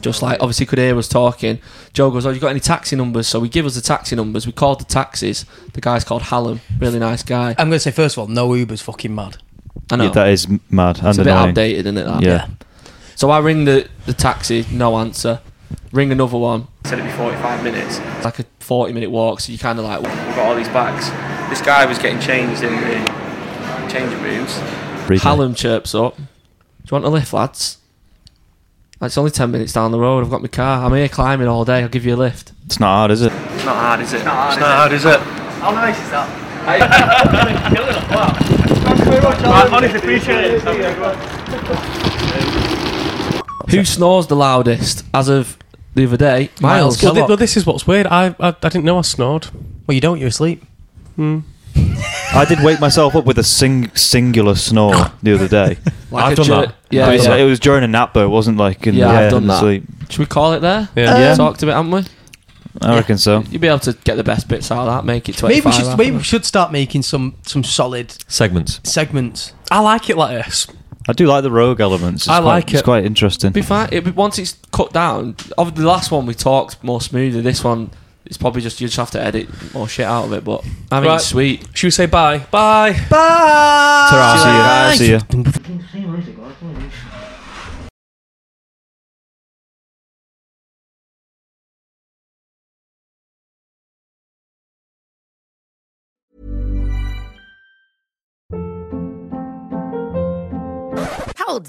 [SPEAKER 2] just like obviously could hear us talking. Joe goes, "Oh, you got any taxi numbers?" So we give us the taxi numbers. We called the taxis. The guy's called Hallam, really nice guy.
[SPEAKER 1] I'm gonna say first of all, no Uber's fucking mad.
[SPEAKER 2] I know
[SPEAKER 4] Yeah, that is m- mad and
[SPEAKER 2] it's a bit
[SPEAKER 4] annoying.
[SPEAKER 2] outdated, isn't it? that?
[SPEAKER 4] Yeah.
[SPEAKER 2] So I ring the, the taxi, no answer. Ring another one. Said it'd be 45 minutes. It's like a 40 minute walk, so you kind of like, we've got all these bags. This guy was getting changed in the changing rooms.
[SPEAKER 4] Really.
[SPEAKER 2] Hallam chirps up, Do you want a lift, lads? It's only 10 minutes down the road, I've got my car. I'm here climbing all day, I'll give you a lift.
[SPEAKER 4] It's not hard, is it?
[SPEAKER 2] It's not hard, is it?
[SPEAKER 5] It's not hard, is it? How nice is that? Honestly, appreciate it.
[SPEAKER 2] Who snores the loudest as of the other day?
[SPEAKER 1] Miles.
[SPEAKER 2] Miles.
[SPEAKER 3] Well, thi-
[SPEAKER 1] Kellogg.
[SPEAKER 3] well, this is what's weird. I, I I didn't know I snored.
[SPEAKER 1] Well, you don't. You're asleep.
[SPEAKER 4] I did wake myself up with a sing- singular snore the other day.
[SPEAKER 2] Like
[SPEAKER 8] I've
[SPEAKER 2] a
[SPEAKER 8] done
[SPEAKER 2] jerk.
[SPEAKER 8] that.
[SPEAKER 2] Yeah,
[SPEAKER 4] it, was,
[SPEAKER 2] yeah.
[SPEAKER 4] it was during a nap, though. It wasn't like in
[SPEAKER 2] Yeah,
[SPEAKER 4] the
[SPEAKER 2] I've
[SPEAKER 4] in
[SPEAKER 2] done
[SPEAKER 4] the
[SPEAKER 2] that.
[SPEAKER 4] sleep.
[SPEAKER 2] Should we call it there?
[SPEAKER 3] Yeah.
[SPEAKER 4] Yeah.
[SPEAKER 2] Talked a bit, haven't we?
[SPEAKER 4] I reckon so.
[SPEAKER 2] You'll be able to get the best bits out of that. Make it
[SPEAKER 1] Maybe
[SPEAKER 2] twenty-five.
[SPEAKER 1] we should
[SPEAKER 2] after.
[SPEAKER 1] maybe we should start making some some solid
[SPEAKER 8] Segments.
[SPEAKER 1] segments.
[SPEAKER 3] I like it like this.
[SPEAKER 4] I do like the rogue elements. It's
[SPEAKER 3] I
[SPEAKER 4] quite,
[SPEAKER 3] like
[SPEAKER 4] It's
[SPEAKER 3] it.
[SPEAKER 4] quite interesting.
[SPEAKER 2] It'd be fine. It'd be, once it's cut down, of the last one we talked more smoothly. This one, it's probably just you just have to edit more shit out of it. But I mean,
[SPEAKER 3] Right.
[SPEAKER 2] it's sweet.
[SPEAKER 3] Should we say bye? Bye.
[SPEAKER 1] Bye.
[SPEAKER 4] Ta-ra. See ya. See ya.
[SPEAKER 9] Hold